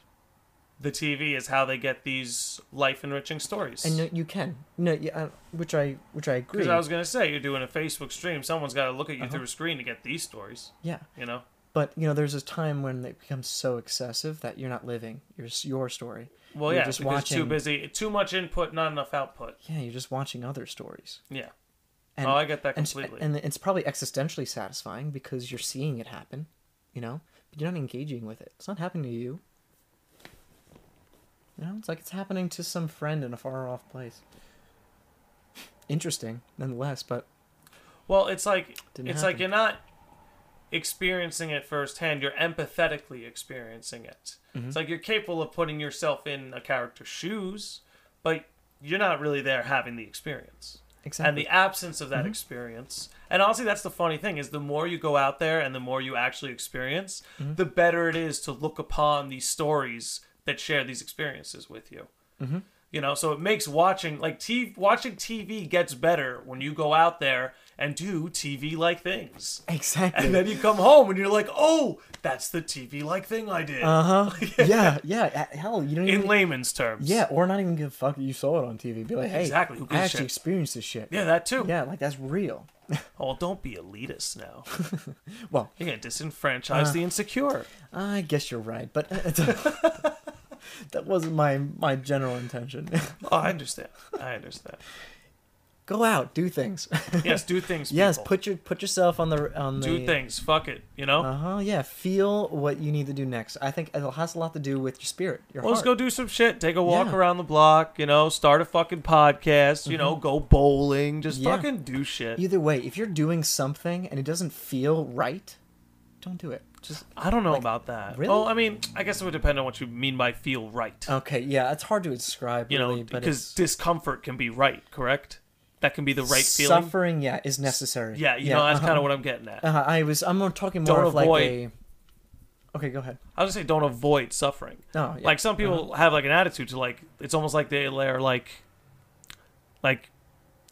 B: the TV is how they get these life enriching stories?
A: and no, you can no, yeah, uh, which I which I agree. Uh-huh.
B: Because I was going to say, you're doing a Facebook stream, someone's got to look at you through a screen to get these stories,
A: yeah.
B: you know?
A: but you know there's a time when it becomes so excessive that you're not living your your story
B: Well,
A: You're
B: yeah,
A: just
B: because
A: watching
B: too busy, too much input, not enough output.
A: yeah you're just watching other stories
B: Yeah.
A: And,
B: oh, I get that
A: and-
B: completely.
A: And, it's probably existentially satisfying because you're seeing it happen, you know, but you're not engaging with it. It's not happening to you. You know, it's like it's happening to some friend in a far off place. Interesting, nonetheless, but
B: well, it's like
A: Didn't
B: it's like
A: happen.
B: you're not experiencing it firsthand. You're empathetically experiencing it.
A: Mm-hmm.
B: It's like you're capable of putting yourself in a character's shoes, but you're not really there having the experience. and
A: exactly.
B: the absence of
A: Mm-hmm.
B: that experience and honestly that's the funny thing is the more you go out there and the more you actually experience
A: Mm-hmm.
B: the better it is to look upon these stories that share these experiences with you
A: Mm-hmm.
B: you know so it makes watching like t- watching tv gets better when you go out there and do tv like things
A: exactly.
B: and then you come home and you're like oh that's the tv like thing i did (laughs)
A: uh huh. yeah, yeah. uh, Hell, you don't
B: in
A: even.
B: layman's terms
A: yeah, or not even give a fuck. that You saw it on TV. Be like, hey,
B: Exactly, who
A: I
B: gives a
A: actually
B: shit?
A: experienced this shit.
B: yeah that too
A: Yeah, like that's real.
B: oh don't be elitist now
A: (laughs) Well, uh-huh.
B: you're gonna disenfranchise the insecure
A: I guess you're right, but (laughs) that wasn't my my general intention. (laughs)
B: Oh, I understand. I understand.
A: Go out, do things.
B: Yes, do things.
A: (laughs) yes,
B: people.
A: put your put yourself on the on the.
B: do things. Fuck it. You know.
A: Uh huh. Yeah, feel what you need to do next. I think it has a lot to do with your spirit, your
B: well, let's
A: heart.
B: go do some shit. Take a walk
A: Yeah.
B: around the block. You know, start a fucking podcast. You know, go bowling. Just
A: Mm-hmm. Yeah.
B: fucking do shit.
A: Either way, if you're doing something and it doesn't feel right, don't do it. Just
B: I don't know about that.
A: really?
B: Well, I mean, I guess it would depend on what you mean by feel right.
A: okay. Yeah, it's hard to describe.
B: you know,
A: really, but
B: because
A: it's-
B: discomfort can be right. Correct. That can be the right feeling.
A: suffering, yeah, is necessary.
B: Yeah. You know, that's
A: uh-huh.
B: kind of what I'm getting at.
A: Uh, I was. I'm more talking more
B: Don't
A: of like
B: avoid-
A: a. Okay, go ahead.
B: I would say don't avoid suffering.
A: No, yeah. Uh-huh.
B: Like some people have like an attitude to like it's almost like they are like like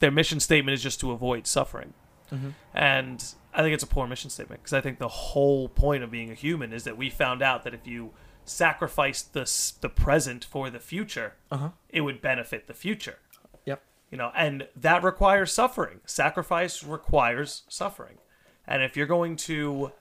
B: their mission statement is just to avoid suffering.
A: Mm-hmm.
B: And I think it's a poor mission statement because I think the whole point of being a human is that we found out that if you sacrifice the s- the present for the future,
A: Uh-huh.
B: it would benefit the future.
A: Yep.
B: You know, and that requires suffering. Sacrifice requires suffering. And if you're going to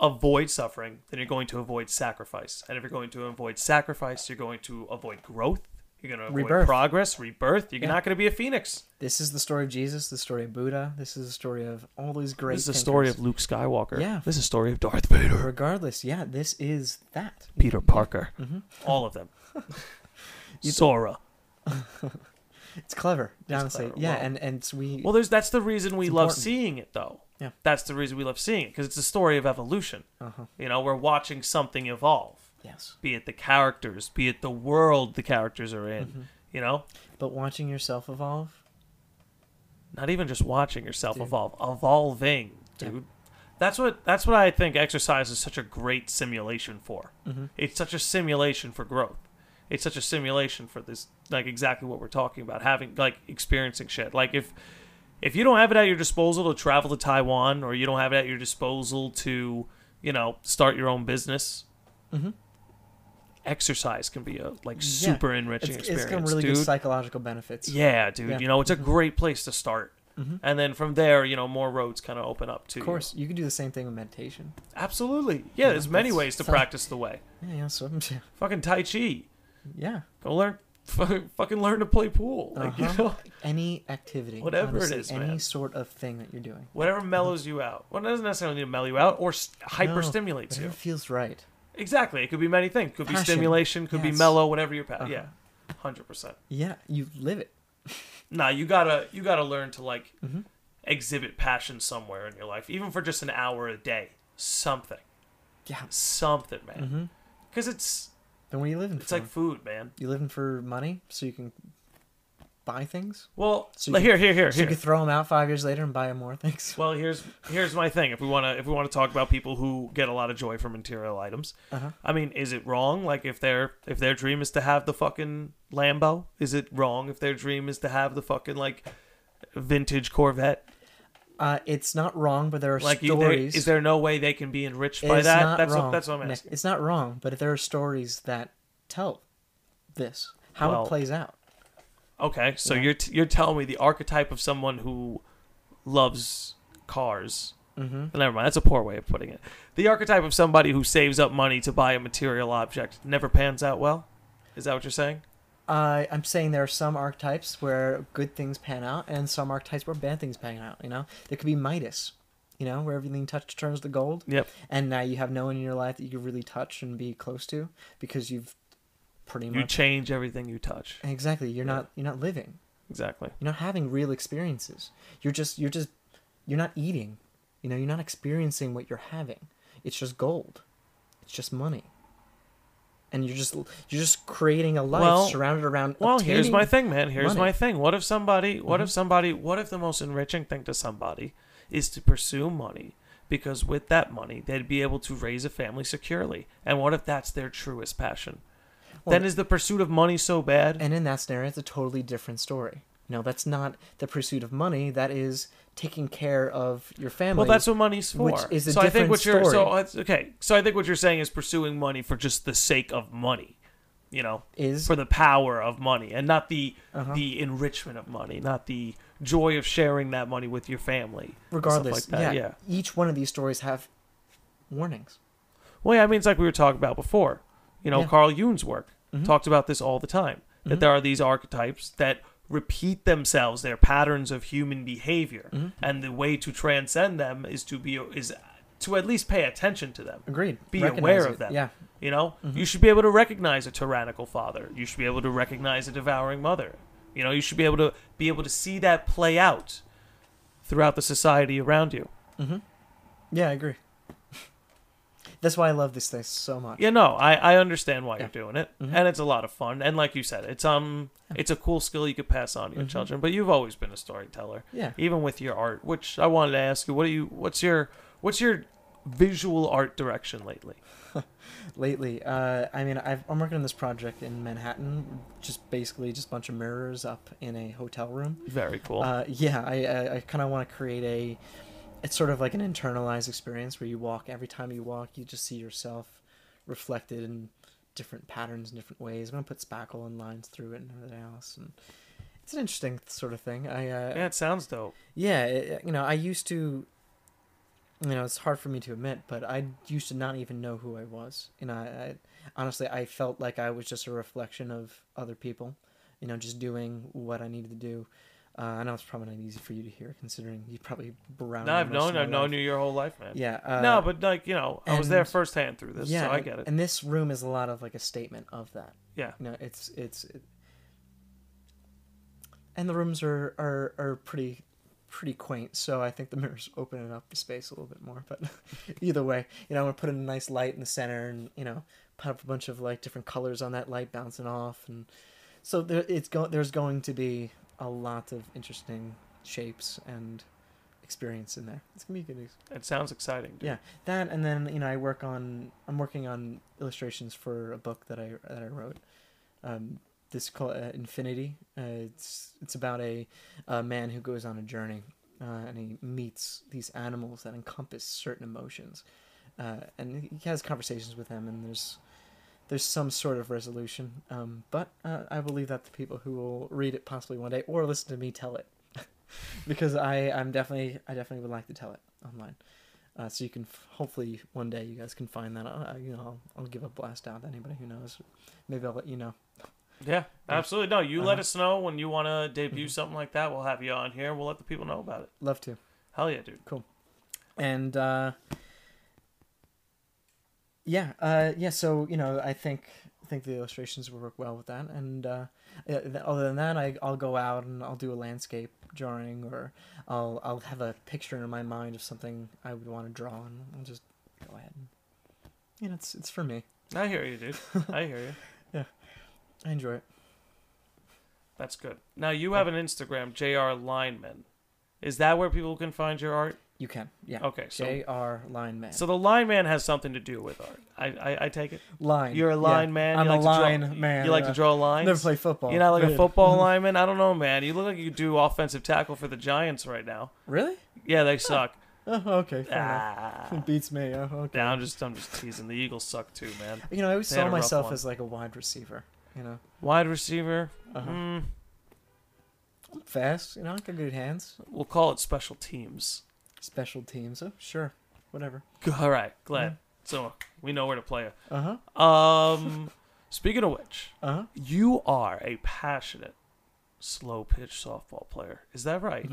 B: avoid suffering, then you're going to avoid sacrifice. And if you're going to avoid sacrifice, you're going to avoid growth. You're going to avoid
A: Rebirth.
B: progress, rebirth. You're not going to be a phoenix.
A: This is the story of Jesus, the story of Buddha. This is the story of all these great.
B: This is the
A: thinkers.
B: story of Luke Skywalker.
A: Yeah.
B: This is the story of Darth Vader,
A: Regardless, yeah, this is that.
B: Peter Parker,
A: Mm-hmm.
B: (laughs) all of them. (laughs) Sora.
A: It's clever, honestly.
B: clever,
A: Yeah,
B: wow.
A: and and so we.
B: Well, there's that's the reason we love
A: important.
B: seeing it, though.
A: Yeah.
B: That's the reason we love seeing it because it's a story of evolution.
A: uh-huh.
B: You know, we're watching something evolve,
A: yes,
B: be it the characters, be it the world the characters are in. You know,
A: but watching yourself evolve.
B: not even just watching yourself
A: Dude.
B: evolve, evolving,
A: Yeah.
B: dude. That's what that's what I think exercise is such a great simulation for.
A: Mm-hmm.
B: It's such a simulation for growth. It's such a simulation for this like exactly what we're talking about, having like experiencing shit. Like if if you don't have it at your disposal to travel to Taiwan or you don't have it at your disposal to, you know, start your own business, exercise can be a like super
A: Mm-hmm. yeah.
B: enriching
A: it's,
B: experience.
A: It's got really
B: dude.
A: good psychological benefits.
B: Yeah, dude.
A: Yeah. Mm-hmm.
B: You know, it's a great place to start. And then from there, you know, more roads kind of open up to
A: Of course, you can do the same thing with meditation.
B: Absolutely. Yeah, there's many
A: that's-
B: ways to
A: so-
B: practice the way.
A: Yeah, yeah, so, (laughs)
B: Fucking Tai Chi.
A: yeah.
B: Go learn, (laughs) fucking fucking learn to play pool. Like, you
A: Uh-huh.
B: know,
A: Any activity,
B: Whatever it
A: honestly,
B: is,
A: any
B: man.
A: sort of thing that you're doing,
B: whatever mellows you out. Well, it doesn't necessarily need to mellow you out or s- hyper stimulates
A: whatever
B: you.
A: feels right.
B: Exactly. It could be many things. Could be
A: Passion.
B: stimulation, could be
A: Yes.
B: mellow, whatever your path.
A: Uh-huh.
B: Yeah. 100%.
A: Yeah, you live it.
B: Nah, you got to you got to learn to like
A: Mm-hmm.
B: exhibit passion somewhere in your life, even for just an hour a day. Something.
A: Yeah.
B: something, man. Because it's
A: Then what are you living
B: Mm-hmm. it's
A: for?
B: like food, man.
A: You living for money so you can buy things?
B: Well,
A: So
B: like,
A: you-
B: here, here, here,
A: So you
B: here.
A: could throw them out five years later and buy more things? (laughs)
B: Well, here's here's my thing. If we wanna if we wanna talk about people who get a lot of joy from material items,
A: Uh-huh.
B: I mean, is it wrong? Like if their if their dream is to have the fucking Lambo, is it wrong if their dream is to have the fucking like vintage Corvette?
A: Uh, it's not wrong, but there are
B: Like, you, there,
A: stories.
B: is there no way they can be enriched
A: It
B: by
A: is
B: that?
A: not
B: that's
A: wrong,
B: what, that's what I'm
A: Nick.
B: asking.
A: It's not wrong, but if there are stories that tell this, how
B: Well,
A: it plays out.
B: Okay, so
A: Yeah.
B: you're t- you're telling me the archetype of someone who loves cars. Mm-hmm. Never mind, that's a poor way of putting it. The archetype of somebody who saves up money to buy a material object never pans out well. Is that what you're saying?
A: I I'm saying there are some archetypes where good things pan out, and some archetypes where bad things pan out. You know, there could be Midas, you know, where everything touched turns to gold.
B: Yep.
A: And now you have no one in your life that you can really touch and be close to because you've pretty
B: You
A: much
B: change everything you touch.
A: exactly you're not you're not living.
B: Exactly.
A: You're not having real experiences. You're just you're just you're not eating. You know, you're not experiencing what you're having. It's just gold. It's just money. And you're just you're just creating a life
B: Well-
A: surrounded around.
B: Well, here's
A: obtaining-
B: my thing, man. Here's
A: money. Mm-hmm.
B: my thing. What if somebody? What if somebody? What if the most enriching thing to somebody is to pursue money? Because with that money, they'd be able to raise a family securely. And what if that's their truest passion?
A: Well-
B: then is the pursuit of money so bad?
A: And in that scenario, it's a totally different story. You know, that's not the pursuit of money. That is taking care of your family.
B: well, that's what money's for.
A: which is a
B: so I think
A: different
B: what you're so
A: story.
B: it's- okay. So I think what you're saying is pursuing money for just the sake of money, you know,
A: Is-
B: for the power of money and not the
A: Uh-huh.
B: the enrichment of money, not the joy of sharing that money with your family. and stuff
A: regardless.
B: like that.
A: yeah, Each one of these stories have warnings.
B: Well, yeah, I mean, it's like we were talking about before. You know,
A: Yeah. Mm-hmm.
B: Carl Jung's work talked about this all the time that there are these archetypes that repeat themselves, they're patterns of human behavior,
A: Mm-hmm.
B: and the way to transcend them is to be is to at least pay attention to them.
A: Agreed.
B: Be
A: Recognize
B: aware
A: it.
B: of them.
A: Yeah. Mm-hmm.
B: You know, you should be able to recognize a tyrannical father. You should be able to recognize a devouring mother. You know, you should be able to be able to see that play out throughout the society around you.
A: Yeah, I agree. (laughs) that's why I love this thing so much.
B: Yeah, no, I, I understand why
A: Yeah. Mm-hmm.
B: you're doing it, and it's a lot of fun. And like you said, it's um, it's a cool skill you could pass on to
A: Mm-hmm.
B: your children. But you've always been a storyteller,
A: Yeah.
B: even with your art. Which I wanted to ask you, what do you, what's your, what's your visual art direction lately?
A: lately. Uh, I mean, I've, I'm working on this project in Manhattan, just basically just a bunch of mirrors up in a hotel room.
B: Very cool.
A: Uh, yeah, I, I, I kind of want to create a. It's sort of like an internalized experience where you walk. Every time you walk, you just see yourself reflected in different patterns in different ways. I'm gonna put spackle and lines through it and everything else, and it's an interesting sort of thing. I uh,
B: yeah, it sounds dope.
A: yeah, it, you know, I used to, you know, it's hard for me to admit, but I used to not even know who I was. You know, I, I honestly, I felt like I was just a reflection of other people, you know, just doing what I needed to do. Uh, I know it's probably not easy for you to hear, considering you probably brown.
B: No, I've known, I've known you your whole life, man.
A: Yeah. Uh,
B: no, but like you know, I was there
A: and-
B: firsthand through this, so I
A: and-
B: get it.
A: And this room is a lot of like a statement of that.
B: yeah,
A: You know, it's it's. It, and the rooms are, are are pretty pretty quaint, so I think the (laughs) mirrors open it up the space a little bit more. But (laughs) either way, you know, I'm gonna put in a nice light in the center, and you know, put up a bunch of like different colors on that light bouncing off, and so there it's go there's going to be a lot of interesting shapes and experience in there. It's gonna be good news.
B: it sounds exciting. Dude.
A: Yeah, that, and then you know, I work on. I'm working on illustrations for a book that I that I wrote. Um, this called uh, Infinity. Uh, it's it's about a, a man who goes on a journey, uh, and he meets these animals that encompass certain emotions, uh, and he has conversations with them, and there's there's some sort of resolution. Um, but uh, I will leave that to people who will read it possibly one day or listen to me tell it, (laughs) because I I'm definitely I definitely would like to tell it online. Uh, so you can f- hopefully one day you guys can find that. Uh, you know, I'll, I'll give a blast out to anybody who knows. Maybe I'll let you know.
B: Yeah, absolutely. No, you let
A: Uh-huh. Mm-hmm.
B: us know when you want to debut something like that. We'll have you on here. We'll let the people know about it.
A: Love to.
B: Hell yeah, dude.
A: And uh, yeah, uh, yeah. So you know, I think I think the illustrations will work well with that. And uh, yeah, th- other than that, I I'll go out and I'll do a landscape drawing, or I'll I'll have a picture in my mind of something I would want to draw, and I'll just go ahead. And, you know, it's it's for me.
B: I hear you,
A: (laughs)
B: dude. I hear you.
A: I enjoy it.
B: That's good. Now you have an Instagram, Jr. Lineman. Is that where people can find your art?
A: You can, yeah.
B: Okay, Oh, so
A: J R Line Man.
B: so the lineman has something to do with art. I I, I take it.
A: line.
B: You're a
A: yeah.
B: line man.
A: I'm
B: you
A: a
B: like to draw-
A: line man.
B: You like to
A: yeah.
B: draw lines.
A: Never play football.
B: You're not like a
A: (laughs) Right.
B: football lineman. I don't know, man. You look like you could do offensive tackle for the Giants right now.
A: Really?
B: Yeah, they suck.
A: Oh, okay. (laughs) Fair enough. (laughs)
B: Ah.
A: It beats me. Oh, okay.
B: Yeah, I'm just I'm just teasing. The Eagles suck too, man.
A: You know, I always
B: They had a
A: saw
B: rough
A: myself
B: one.
A: as like a wide receiver. You know,
B: Wide receiver.
A: Uh-huh.
B: Mm,
A: I'm fast. You know, I got good hands.
B: we'll call it special teams. (laughs)
A: Special teams. Oh, sure. Whatever. Mm-hmm. Uh-huh,
B: All right, glad. So we know where to play it.
A: (laughs) Uh huh.
B: Um, Speaking of which,
A: Uh huh.
B: you are a passionate slow pitch softball player. Is that
A: (laughs)
B: right?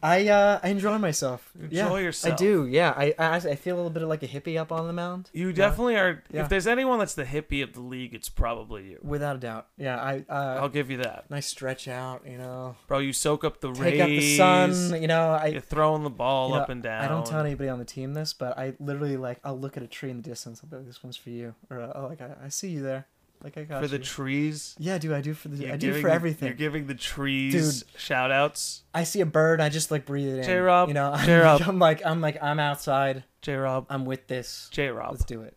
A: I uh, I enjoy myself. yeah,
B: Enjoy yourself.
A: I do. Yeah, I, I I feel a little bit of like a hippie up on the mound,
B: You definitely are.
A: Yeah.
B: If there's anyone that's the hippie of the league, it's probably you.
A: without a doubt. Yeah, I uh,
B: I'll give you that,
A: nice stretch out. You know,
B: bro. You soak up the
A: take
B: rays.
A: up the sun. You know, I
B: You're throwing the ball
A: you know,
B: up and down.
A: I don't tell anybody on the team this, but I literally like I'll look at a tree in the distance. I'll be like, "This one's for you," or uh, like I, "I see you there." Like I got
B: for the
A: you.
B: trees.
A: yeah, dude, I do for the
B: You're
A: I do
B: giving
A: for
B: the-
A: everything.
B: You're giving the trees shout outs.
A: I see a bird, I just like breathe it in.
B: J-Rob,
A: you know, (laughs)
B: J-Rob.
A: I'm like I'm like I'm outside.
B: J Rob,
A: I'm with this.
B: J Rob,
A: Let's do it.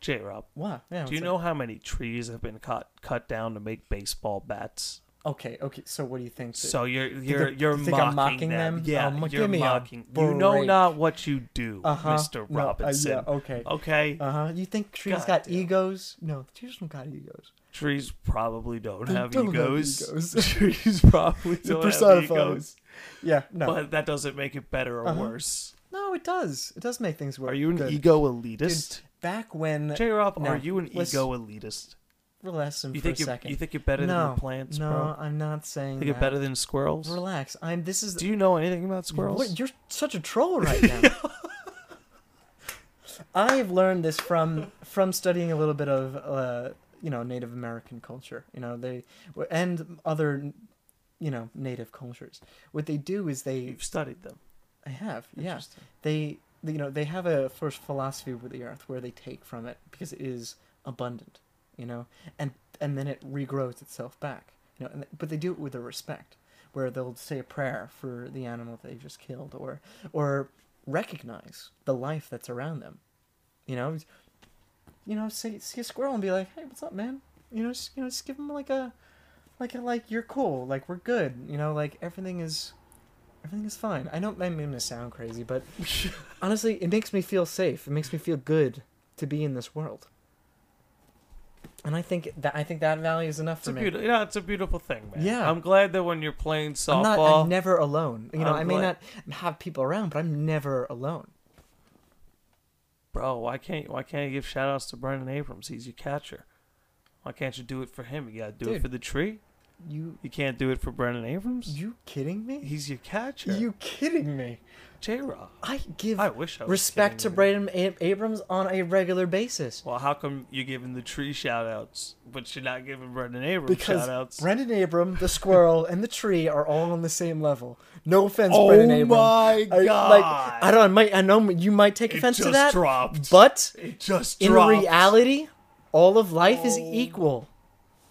B: J Rob.
A: Wow. Yeah,
B: Do you
A: what's up?
B: know how many trees have been cut cut down to make baseball bats?
A: Okay, okay. So what do you think? that-
B: So you're you're
A: they're-
B: you're
A: you
B: mocking,
A: think I'm mocking
B: them.
A: them?
B: Yeah,
A: Oh, my-
B: you're
A: give me a
B: mocking. You know
A: break.
B: not what you do,
A: Uh-huh.
B: Mr.
A: No, uh,
B: Robinson.
A: yeah, okay.
B: Okay,
A: Uh huh. You think trees
B: God
A: got
B: damn.
A: egos? No, the trees don't got egos.
B: trees probably don't
A: They
B: have
A: don't have
B: egos.
A: egos.
B: (laughs) trees probably
A: They're
B: don't have
A: personified.
B: egos.
A: Yeah. No.
B: But that doesn't make it better or
A: Uh-huh.
B: worse.
A: no, it does. It does make things work.
C: Are you an
A: good.
C: ego elitist?
A: Back when.
B: e- J Rob,
A: No,
B: are you an
A: let's-
B: ego elitist?
A: Relax him
B: You
A: for
B: think
A: a
B: you
A: second.
B: you think you're better
A: no,
B: than your plants,
A: no,
B: bro?
A: I'm not saying
B: Think you're
A: that.
B: better than squirrels?
A: Relax. I'm. This is.
B: Do you know anything about squirrels?
A: What, you're such a troll right
B: (laughs)
A: now. (laughs) I've learned this from from studying a little bit of uh, you know Native American culture. You know they and other you know Native cultures. What they do is
B: (laughs)
A: they
B: You've studied them.
A: I have yeah (laughs)
B: Interesting.
A: they you know they have a first philosophy with the earth where they take from it because it is abundant. You know and and then it regrows itself back. You know and, but they do it with a respect where they'll say a prayer for the animal that they just killed or or recognize the life that's around them you know you know see, see a squirrel and be like hey what's up man you know just you know just give them like a like a like you're cool like we're good you know like everything is everything is fine i know i'm gonna sound crazy but honestly it makes me feel safe it makes me feel good to be in this world and i think that i think that value is enough
B: It's
A: for
B: a
A: me
B: beautiful, yeah, it's a beautiful thing, man.
A: Yeah.
B: I'm glad that when you're playing
A: I'm not.
B: softball,
A: I'm never alone. You know,
B: I'm
A: i may
B: glad-
A: not have people around, but I'm never alone.
B: bro. Why can't why can't you give shout outs to Brendan Abrams? He's your catcher. Why can't you do it for him? You gotta do it
A: Dude.
B: for the tree.
A: You,
B: You can't do it for Brendan Abrams.
A: you kidding me?
B: He's your catcher.
A: You kidding me?
B: J Rob.
A: I give
B: I wish I was
A: respect
B: kidding
A: to
B: you.
A: Braden A- Abrams on a regular basis
B: Well, how come you're giving the tree shout outs, but you're not giving Brendan Abrams shout
A: because
B: outs?
A: Brendan Abram, the squirrel, and the tree are all on the same level. No offense,
C: Oh
A: Brendan Abram.
C: my
A: I,
C: God.
A: Like I don't. I might. I know you might take
C: It
A: offense to
C: just
A: that,
C: dropped.
A: but
C: It just
A: in
C: dropped.
A: reality, all of life is
C: Oh.
A: equal.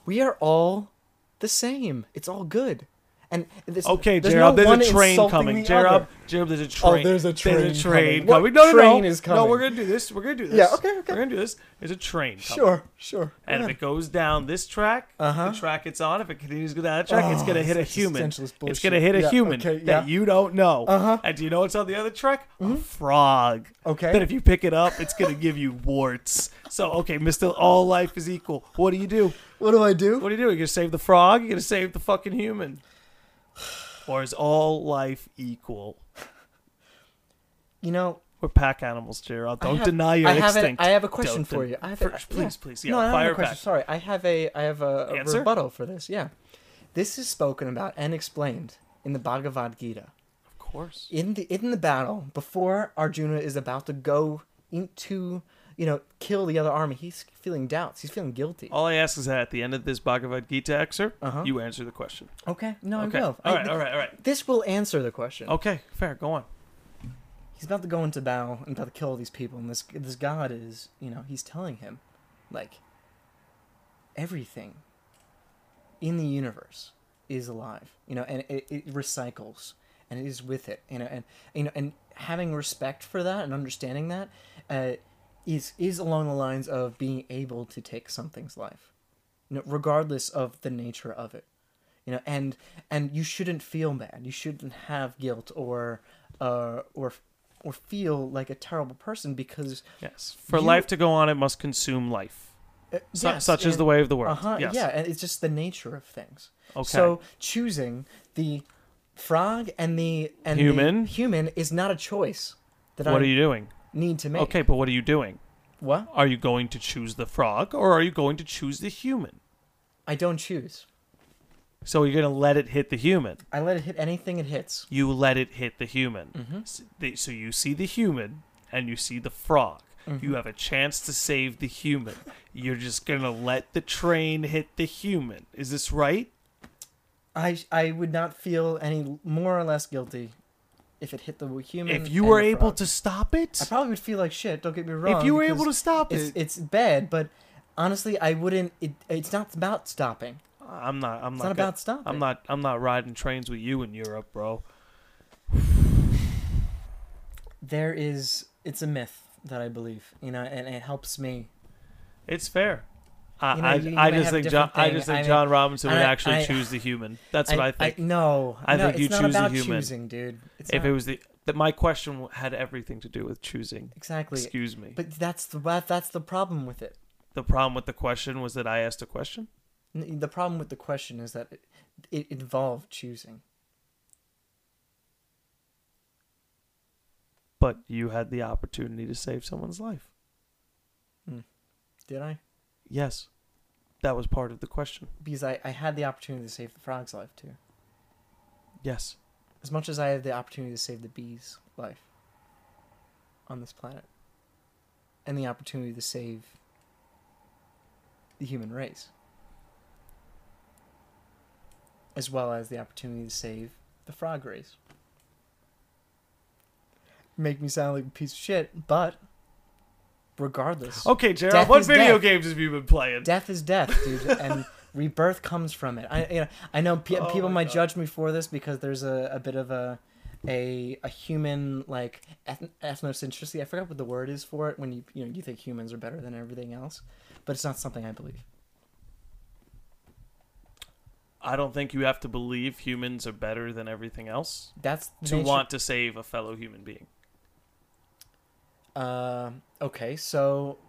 A: We are all the same. It's all good. And this,
B: Okay,
A: there's
B: Gerald,
A: no
B: there's,
A: one
B: a train
A: insulting
B: coming.
A: the
B: Gerald,
A: other.
B: Gerald, there's a train.
A: Oh, there's a train
B: There's a train
A: coming. What
B: coming. No, no,
A: train
B: no.
A: is
B: No,
A: coming?
B: we're gonna do this. We're gonna do this.
A: Yeah, okay, okay.
B: We're gonna do this. There's a train coming.
A: Sure, sure.
B: And if it goes down this track,
A: Uh-huh.
B: the track it's on, if it continues to go down that track, it's
A: Oh,
B: gonna hit a
A: this is
B: human.
A: existentialist
B: It's
A: bullshit.
B: gonna hit a
A: Yeah,
B: human
A: okay, yeah.
B: that you don't know.
A: Uh-huh. Mm-hmm.
B: And do you know what's on the other track? A frog.
A: Okay.
B: Then if you pick it up, it's gonna give you warts. So okay, Mister, all life is equal. What do you do?
A: What do I do?
B: What do you do? You're gonna save the frog? You're gonna save the fucking human? Or is all life equal?
A: You know,
B: We're pack animals, Gerald.
A: I
B: Don't
A: have-
B: deny your
A: I have a-
B: instinct.
A: I have a question
B: Don't
A: for
B: den-
A: you. I have
B: Fir-
A: a,
B: please,
A: yeah.
B: please, yeah.
A: no, I don't have
B: fire
A: a question.
B: back.
A: Sorry, I have a I have a, a
B: Answer?
A: rebuttal for this. Yeah, this is spoken about and explained in the Bhagavad Gita.
B: Of course.
A: in the in the battle before Arjuna is about to go into you know kill the other army, he's feeling doubts. He's feeling guilty.
B: All I ask is that at the end of this Bhagavad Gita excerpt,
A: Uh-huh.
B: you answer the question.
A: Okay, no,
B: okay.
A: I will. I-
B: All right, all right, all right.
A: This will answer the question.
B: Okay, fair. Go on.
A: He's about to go into battle and about to kill all these people, and this this god is you know he's telling him, like, everything in the universe is alive, you know, and it, it recycles and it is with it, you know, and you know, and having respect for that and understanding that uh, is is along the lines of being able to take something's life, you know, regardless of the nature of it, you know, and and you shouldn't feel bad, you shouldn't have guilt or uh, or or feel like a terrible person because
B: Yes. For
A: You-
B: life to go on, it must consume life.
A: uh,
B: Su-
A: yes,
B: such is
A: and-
B: the way of the world.
A: Uh-huh,
B: yes.
A: Yeah, and it's just the nature of things.
B: Okay.
A: So choosing the frog and the and the
B: Human?
A: human is not a choice that
B: what
A: I
B: are you doing?
A: need to make.
B: Okay, but what are you doing?
A: What?
B: Are you going to choose the frog or are you going to choose the human?
A: I don't choose.
B: So you're going to let it hit the human.
A: I let it hit anything it hits.
B: You let it hit the human.
A: Mm-hmm.
B: S- they- So you see the human and you see the frog.
A: Mm-hmm.
B: You have a chance to save the human. You're just going to let the train hit the human. Is this right?
A: I I would not feel any more or less guilty if it hit the human.
B: If you
A: and
B: were
A: the
B: able
A: frog.
B: to stop it,
A: I probably would feel like shit. Don't get me wrong.
B: if you were
A: because
B: able to stop
A: it's,
B: it,
A: it's bad, but honestly, I wouldn't. It, it's not about stopping.
B: I'm not. I'm not.
A: It's not
B: gonna-
A: about stopping.
B: I'm not. I'm not riding trains with you in Europe, bro.
A: There is. It's a myth that I believe. You know, and it helps me.
B: It's fair. I,
A: You know,
B: I,
A: you- you
B: I
A: may
B: just
A: have
B: think John.
A: different
B: I just
A: thing.
B: think
A: I mean,
B: John Robinson would
A: I-
B: actually
A: I-
B: choose the human. That's what I think.
A: no,
B: I
A: no,
B: think you
A: it's not
B: choose the
A: about
B: human.
A: choosing, dude. It's
B: if
A: not-
B: it was the that my question had everything to do with choosing.
A: exactly,
B: Excuse me.
A: but that's the that, that's the problem with it.
B: the problem with the question was that I asked a question.
A: N- The problem with the question is that it, it involved choosing.
B: But you had the opportunity to save someone's life.
A: Did I?
B: Yes, that was part of the question.
A: Because I, I had the opportunity to save the frog's life too,
B: Yes,
A: as much as I had the opportunity to save the bee's life on this planet, and the opportunity to save the human race, as well as the opportunity to save the frog race. Make me sound like a piece of shit, but regardless,
B: Okay, Gerald,
A: Death
B: what
A: is
B: video
A: death.
B: games have you been playing?
A: death is death,
B: (laughs)
A: dude, and rebirth comes from it. I you know, I know pe-
B: Oh
A: people
B: my
A: might
B: God.
A: judge me for this because there's a, a bit of a a a human like eth- ethnocentricity. I forgot what the word is for it when you you know you think humans are better than everything else, but it's not something I believe.
B: I don't think you have to believe humans are better than everything else
A: That's the
B: to
A: nature-
B: want to save a fellow human being.
A: Um, okay, so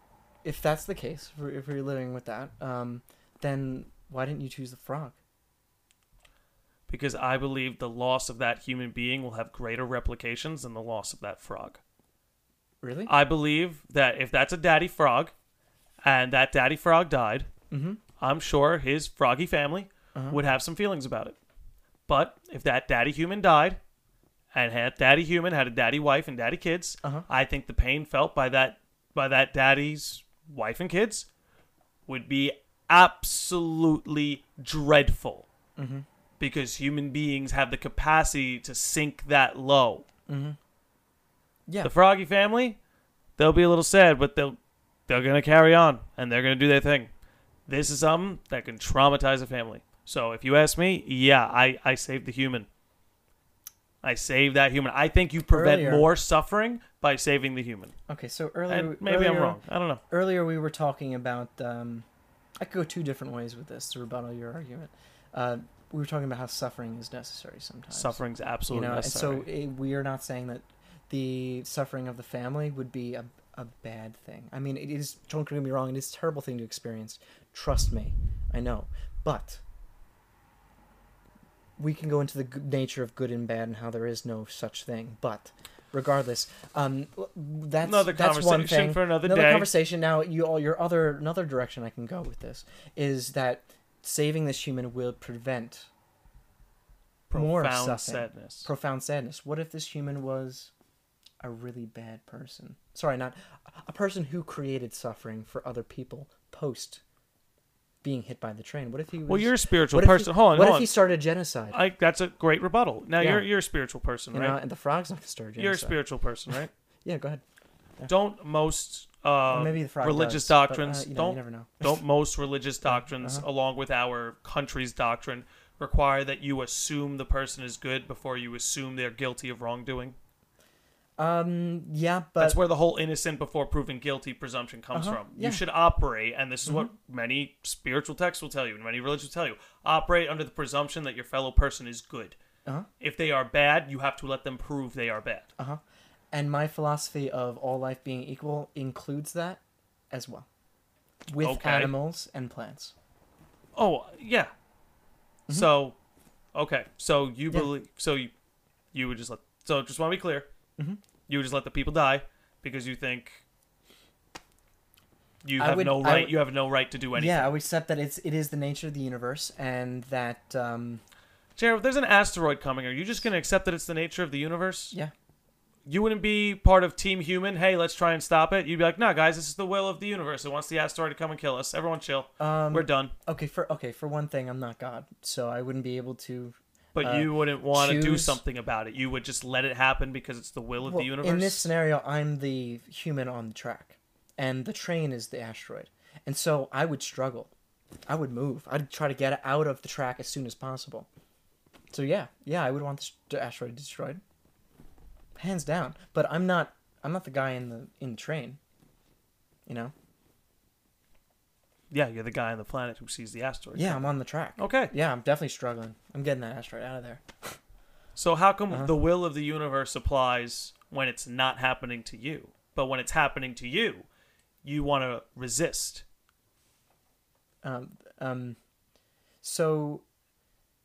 A: if that's the case, if we're, if we're living with that, um, then why didn't you choose the frog?
B: Because I believe the loss of that human being will have greater replications than the loss of that frog.
A: Really?
B: I believe that if that's a daddy frog and that daddy frog died,
A: mm-hmm.
B: I'm sure his froggy family
A: Uh-huh.
B: would have some feelings about it. But if that daddy human died and had daddy human had a daddy wife and daddy kids,
A: Uh-huh.
B: I think the pain felt by that by that daddy's wife and kids would be absolutely dreadful. Because human beings have the capacity to sink that low.
A: Yeah.
B: The Froggy family, they'll be a little sad, but they'll they're gonna carry on and they're gonna do their thing. This is something that can traumatize a family. So if you ask me, yeah, I, I saved the human. I saved that human. I think you prevent
A: Earlier-
B: more suffering by saving the human.
A: okay, so earlier
B: And maybe I'm
A: earlier-
B: wrong. I don't know.
A: earlier we were talking about um, i could go two different ways with this to rebuttal your argument uh, we were talking about how suffering is necessary sometimes
B: Suffering's
A: you
B: absolutely
A: know and
B: necessary.
A: so it, we are not saying that the suffering of the family would be a, a bad thing i mean it is don't get me wrong it is a terrible thing to experience trust me i know but we can go into the g- nature of good and bad and how there is no such thing but regardless um l- that's
B: another
A: that's
B: conversation
A: one thing
B: for another,
A: another
B: day.
A: conversation now you all your other another direction i can go with this is that saving this human will prevent more
B: Profound
A: suffering
B: sadness.
A: profound sadness what if this human was a really bad person sorry not a person who created suffering for other people post being hit by the train what if he was
B: well, you're a spiritual
A: what if he-
B: person. hold on,
A: what
B: hold
A: if
B: on.
A: he started genocide
B: I, that's a great rebuttal. Now
A: Yeah.
B: you're you're a spiritual person,
A: you
B: right?
A: know and the frog's not gonna start genocide
B: you're a spiritual person, right?
A: yeah go ahead
B: don't most uh,
A: Or maybe the frog
B: religious
A: does, but, uh,
B: doctrines
A: you know, you
B: don't
A: never (laughs) uh-huh. know
B: don't most religious doctrines along with our country's doctrine require that you assume the person is good before you assume they're guilty of wrongdoing
A: um yeah but
B: that's where the whole innocent before proven guilty presumption comes
A: Uh-huh,
B: from
A: yeah. Mm-hmm.
B: you should operate and this is what many spiritual texts will tell you and many religions will tell you operate under the presumption that your fellow person is good
A: Uh-huh.
B: if they are bad you have to let them prove they are bad
A: Uh huh. And my philosophy of all life being equal includes that as well, with
B: Okay.
A: animals and plants.
B: Oh yeah. So, okay. So you
A: Mm-hmm. Yeah.
B: believe? So you, you would just let? So just want to be clear.
A: Mhm.
B: You would just let the people die because you think You
A: I
B: have
A: would-
B: no
A: I
B: right.
A: would-
B: you have no right to do anything.
A: Yeah, I would accept that it's it is the nature of the universe, and that um,
B: Jared, if there's an asteroid coming, are you just going to accept that it's the nature of the universe?
A: yeah,
B: You wouldn't be part of Team Human. Hey, let's try and stop it. You'd be like, no, guys, this is the will of the universe. It wants the asteroid to come and kill us. Everyone chill.
A: um,
B: We're done.
A: okay for okay for one thing, I'm not God, so I wouldn't be able to.
B: But
A: uh,
B: you wouldn't want to do
A: choose-
B: something about it. You would just let it happen because it's the will of
A: Well,
B: the universe.
A: In this scenario, I'm the human on the track, and the train is the asteroid, and so I would struggle. I would move. I'd try to get out of the track as soon as possible. So yeah, yeah, I would want this- the asteroid destroyed, hands down. But I'm not. I'm not the guy in the in the train. You know.
B: yeah, you're the guy on the planet who sees the asteroid.
A: Yeah, I'm on the track.
B: Okay.
A: Yeah, I'm definitely struggling. I'm getting that asteroid out of there.
B: So how come the will of the universe applies when it's not happening to you, but when it's happening to you, you want to resist?
A: Um, um, so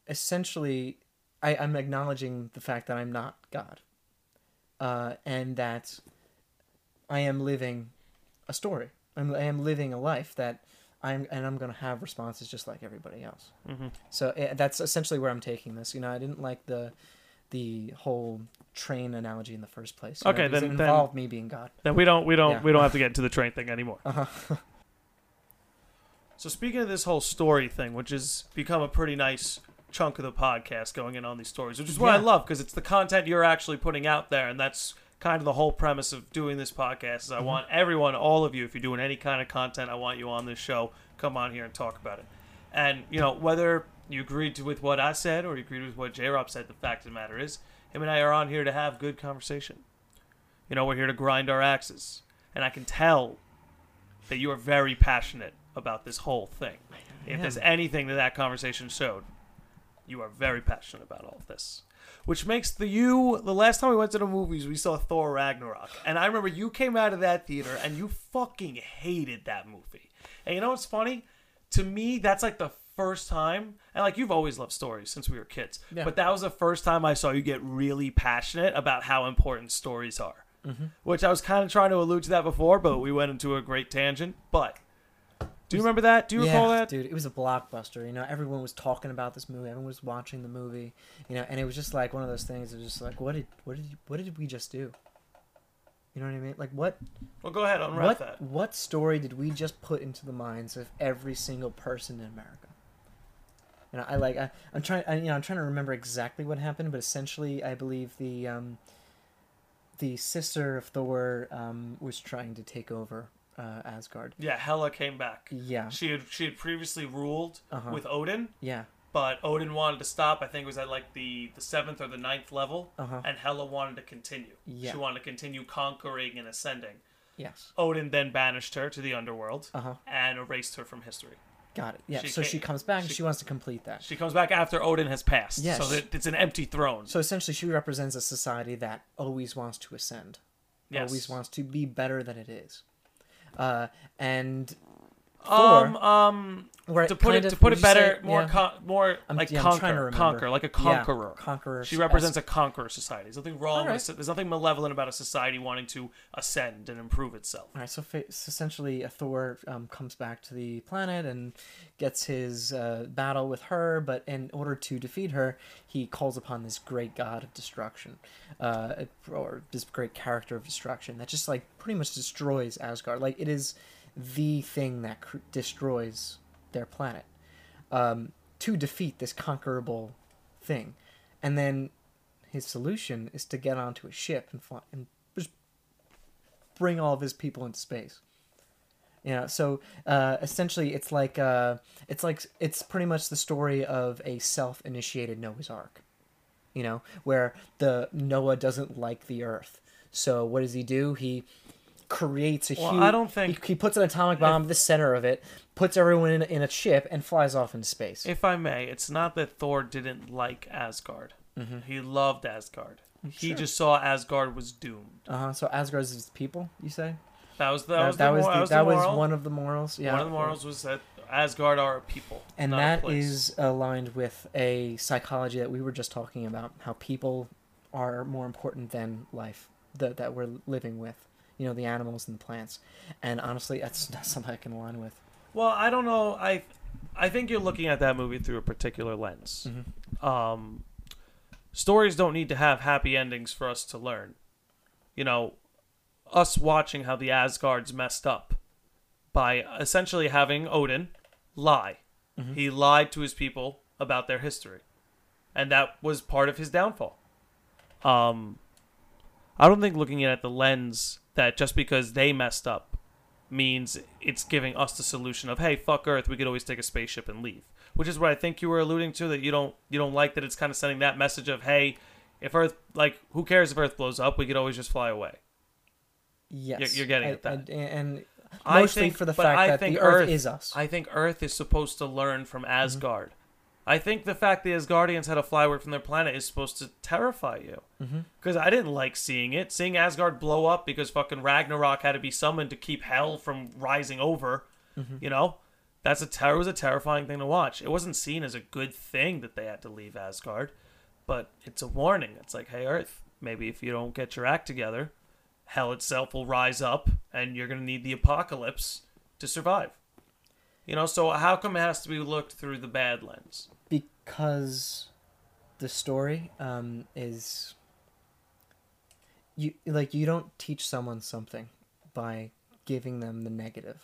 A: essentially, I, I'm acknowledging the fact that I'm not God, uh, and that I am living a story. I'm, I am living a life that I'm, and I'm gonna have responses just like everybody else.
B: Mm-hmm.
A: So eh, that's essentially where I'm taking this. You know, I didn't like the the whole train analogy in the first place. you know,
B: Okay,
A: because
B: then-
A: it
B: then-
A: involved me being God.
B: Then we don't we don't
A: Yeah.
B: we don't have to get into the train thing anymore.
A: (laughs) Uh-huh.
B: So speaking of this whole story thing, which has become a pretty nice chunk of the podcast going in on these stories, which is what I
A: Yeah.
B: love because it's the content you're actually putting out there, and that's kind of the whole premise of doing this podcast. Is
A: Mm-hmm.
B: I want everyone, all of you, if you're doing any kind of content, I want you on this show. Come on here and talk about it. And you know whether you agreed to- with what I said or you agreed with what J. Rob said, the fact of the matter is, him and I are on here to have good conversation. You know, we're here to grind our axes, and I can tell that you are very passionate about this whole thing. If there's anything that that conversation showed, you are very passionate about all of this. Which makes the you the last time we went to the movies, we saw Thor Ragnarok, and I remember you came out of that theater and you fucking hated that movie. And you know what's funny? To me, that's like the first time, and like you've always loved stories since we were kids,
A: Yeah.
B: but that was the first time I saw you get really passionate about how important stories are.
A: Mm-hmm.
B: Which I was kind of trying to allude to that before, but we went into a great tangent. But do you remember that? Do you recall that?
A: dude? It was a blockbuster. You know, everyone was talking about this movie. Everyone was watching the movie. You know, and it was just like one of those things. It was just like, what did, what did, what did we just do? You know what I mean? Like, what,
B: Well, go ahead, unwrap
A: what,
B: that.
A: what story did we just put into the minds of every single person in America? You know, I like, I, I'm trying, I, you know, I'm trying to remember exactly what happened, but essentially, I believe the, um, the sister of Thor um, was trying to take over uh, Asgard.
B: Yeah, Hela came back.
A: Yeah,
B: She had she had previously ruled
A: Uh-huh.
B: with Odin,
A: yeah,
B: but Odin wanted to stop. I think it was at like the the seventh or the ninth level,
A: Uh-huh.
B: and Hela wanted to continue.
A: Yeah.
B: She wanted to continue conquering and ascending.
A: yes.
B: Odin then banished her to the underworld
A: Uh-huh.
B: and erased her from history.
A: Got it. Yeah.
B: She
A: so
B: can't-
A: she comes back and
B: she-
A: she wants to complete that.
B: She comes back after Odin has passed,
A: Yes.
B: so that it's an empty throne.
A: So essentially, she represents a society that always wants to ascend,
B: Yes.
A: always wants to be better than it is. Uh, and
B: um
A: Thor,
B: um
A: where
B: to put
A: kind
B: it
A: of-
B: to put
A: would
B: it
A: you say-
B: better, more
A: yeah.
B: con- more
A: I'm-
B: like
A: yeah, I'm trying to
B: conquer,
A: remember.
B: conquer, like a
A: Yeah,
B: conqueror.
A: conqueror.
B: She represents a conqueror society. There's nothing wrong.
A: Alright.
B: With, there's nothing malevolent about a society wanting to ascend and improve itself.
A: All right. So fa- so essentially, a Thor um, comes back to the planet and gets his uh, battle with her. But in order to defeat her, he calls upon this great god of destruction, uh, or this great character of destruction that just like pretty much destroys Asgard. Like it is the thing that cr- destroys their planet um, to defeat this conquerable thing. And then his solution is to get onto a ship and fly and just bring all of his people into space. You know, so uh, essentially, it's like uh, it's like it's pretty much the story of a self-initiated Noah's Ark. You know, where the Noah doesn't like the Earth, so what does he do? He creates a
B: Well,
A: huge.
B: I don't think-
A: he, he puts an atomic bomb at the center of it, puts everyone in, in a ship, and flies off into space.
B: If I may, it's not that Thor didn't like Asgard. He loved Asgard. He
A: Mm-hmm. Mm, sure.
B: just saw Asgard was doomed.
A: Uh huh. So Asgard's his people, you say?
B: That was the,
A: That,
B: that, was,
A: that
B: the,
A: was
B: mor-
A: the-
B: that was the
A: that was
B: moral.
A: one of the morals. Yeah.
B: One of the morals was that Asgard are a people,
A: and
B: not a
A: that
B: place.
A: is aligned with a psychology that we were just talking about how people are more important than life that, that we're living with you know the animals and the plants. And honestly, that's not something I can align with.
B: Well, I don't know. I I think you're looking at that movie through a particular lens. Um, stories don't need to have happy endings for us to learn. You know, us watching how the Asgards messed up by essentially having Odin lie. He lied to his people about their history, and that was part of his downfall. Um, I don't think looking at it the lens that just because they messed up means it's giving us the solution of hey fuck earth we could always take a spaceship and leave which is what i think you were alluding to that you don't you don't like that it's kind of sending that message of hey if earth like who cares if earth blows up we could always just fly away
A: Yes,
B: you're getting
A: I-
B: at that.
A: I- and
B: I
A: mostly
B: think-
A: for the
B: but
A: fact
B: I
A: that
B: think
A: the Earth, is us. Mm-hmm.
B: i think earth is supposed to learn from asgard i think the fact the asgardians had to fly away from their planet is supposed to terrify you
A: Mm-hmm.
B: because i didn't like seeing it seeing asgard blow up because fucking ragnarok had to be summoned to keep hell from rising over
A: Mm-hmm.
B: you know that's a terror was a terrifying thing to watch it wasn't seen as a good thing that they had to leave asgard but it's a warning it's like hey earth maybe if you don't get your act together hell itself will rise up and you're going to need the apocalypse to survive you know so how come it has to be looked through the bad lens
A: because the story um, is you like you don't teach someone something by giving them the negative.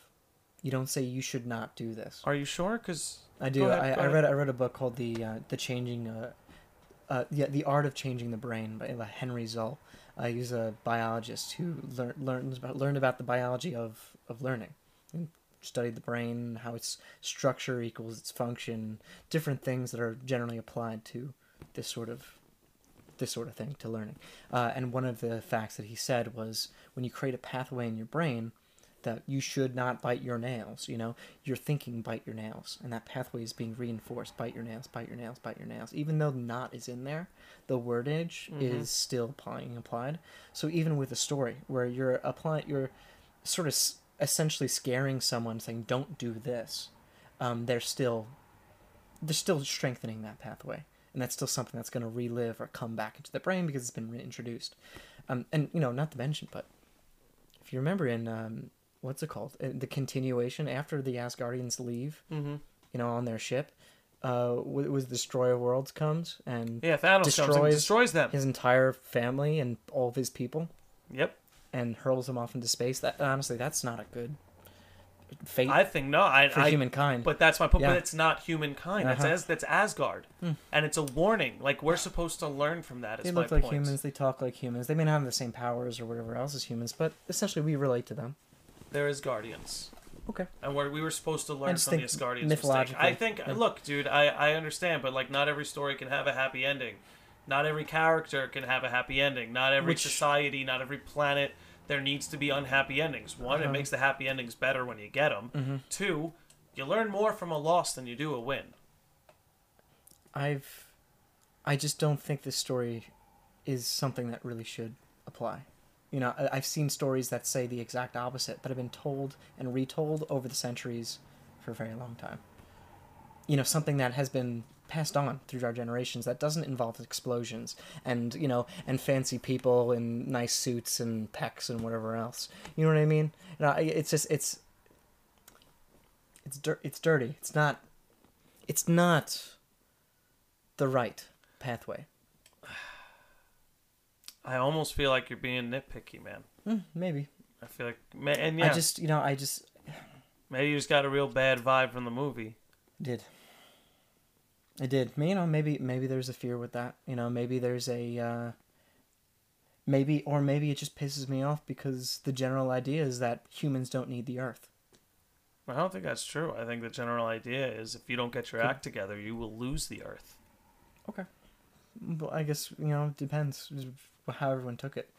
A: You don't say you should not do this.
B: are you sure because
A: I do. I, I read I read a book called the uh, the changing uh, uh, yeah the art of changing the brain by by Henry Zoll. Uh, he's a biologist who learn, learns about learned about the biology of of learning and studied the brain, how its structure equals its function, different things that are generally applied to this sort of this sort of thing to learning. Uh, and one of the facts that he said was when you create a pathway in your brain that you should not bite your nails, you know, you're thinking bite your nails, and that pathway is being reinforced bite your nails, bite your nails, bite your nails. Even though not is in there, the wordage is still applying applied. So even with a story where you're applying, you're sort of s- essentially scaring someone saying, don't do this, um, they're still they're still strengthening that pathway and that's still something that's going to relive or come back into the brain because it's been reintroduced um, and you know not to mention but if you remember in um, what's it called Uh, the continuation after the asgardians leave
B: Mm-hmm.
A: you know on their ship uh, w- it was destroyer of worlds comes and
B: yeah thanos destroys, comes and
A: Destroys
B: destroys them
A: his entire family and all of his people
B: yep
A: and hurls them off into space that honestly that's not a good fate
B: i think no i,
A: for
B: I
A: humankind
B: but that's my point
A: Yeah.
B: but it's not humankind that's,
A: Uh-huh. Hmm.
B: as, that's asgard and it's a warning like we're supposed to learn from that is
A: They
B: my
A: look like
B: point.
A: humans. They talk like humans. They may not have the same powers or whatever else as humans, but essentially we relate to them.
B: there is guardians
A: Okay.
B: and where we were supposed to learn
A: just
B: from the
A: think
B: Asgardians mistake.
A: mythologically,
B: I think, look, dude, I, I understand, but like, not every story can have a happy ending. Not every character can have a happy ending. Not every
A: Which-
B: society, not every planet. There needs to be unhappy endings. One, it
A: Uh-huh. Mm-hmm.
B: makes the happy endings better when you get them. Two, you learn more from a loss than you do a win.
A: I've, I just don't think this story is something that really should apply. You know, I- I've seen stories that say the exact opposite that have been told and retold over the centuries for a very long time. You know, something that has been passed on through our generations that doesn't involve explosions and, you know, and fancy people in nice suits and pecs and whatever else. You know what I mean? You know, I- it's just, it's, it's, dir- it's dirty. It's not, it's not the right pathway.
B: I almost feel like you're being nitpicky, man.
A: Hmm, Maybe.
B: I feel like, ma- and yeah,
A: I just, you know, I just
B: maybe you just got a real bad vibe from the movie.
A: did. I did. You know, maybe maybe there's a fear with that. You know, maybe there's a uh, maybe or maybe it just pisses me off because the general idea is that humans don't need the earth.
B: I don't think that's true. I think the general idea is if you don't get your act together, you will lose the earth.
A: Okay. Well, I guess you know it depends how everyone took it.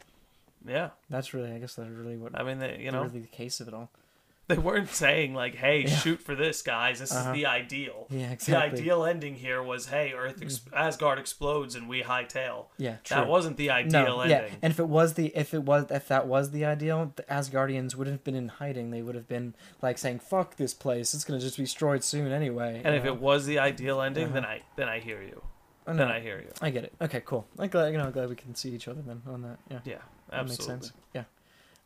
B: Yeah.
A: That's really, I guess, that's really what
B: I mean, they, you know,
A: really the case of it all.
B: (laughs) they weren't saying like, "Hey,
A: Yeah.
B: shoot for this, guys. This
A: Uh-huh.
B: is the ideal."
A: Yeah, exactly.
B: The ideal ending here was, "Hey, Earth ex- Asgard explodes and we hightail."
A: Yeah, true.
B: That wasn't the ideal ending.
A: and if it was the if it was if that was the ideal, the Asgardians wouldn't have been in hiding. They would have been like saying, "Fuck this place! It's gonna just be destroyed soon anyway."
B: And if it was the ideal ending, then I then I hear you.
A: Uh-huh. oh,
B: Then I hear you.
A: I get it. Okay, cool. I'm glad you know, I'm glad we can see each other then on that. Yeah,
B: Yeah,
A: that makes
B: absolutely.
A: sense. Yeah,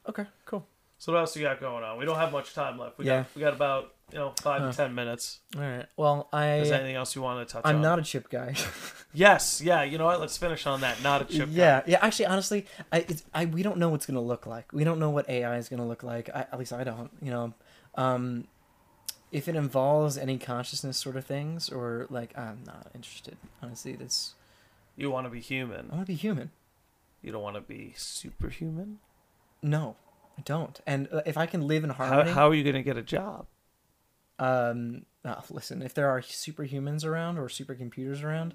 A: Okay, cool.
B: So what else you got going on? We don't have much time left. We
A: Yeah.
B: got we got about you know five
A: Huh.
B: to ten minutes.
A: All right. Well,
B: Is there
A: I
B: anything else you want to touch
A: I'm
B: on?
A: not a chip guy. (laughs)
B: Yes. Yeah. You know what? Let's finish on that. Not a chip. guy.
A: yeah, yeah. Actually, honestly, I, it's, I we don't know what's gonna look like. We don't know what AI is gonna look like. I, at least I don't. You know, um, if it involves any consciousness sort of things, or like, I'm not interested. Honestly, this
B: You want to be
A: I
B: human.
A: want to be human.
B: You don't want to be superhuman.
A: No, I don't. And uh, if I can live in
B: How,
A: harmony,
B: how are you going to get a job?
A: um, ah, listen, if there are superhumans around or supercomputers around,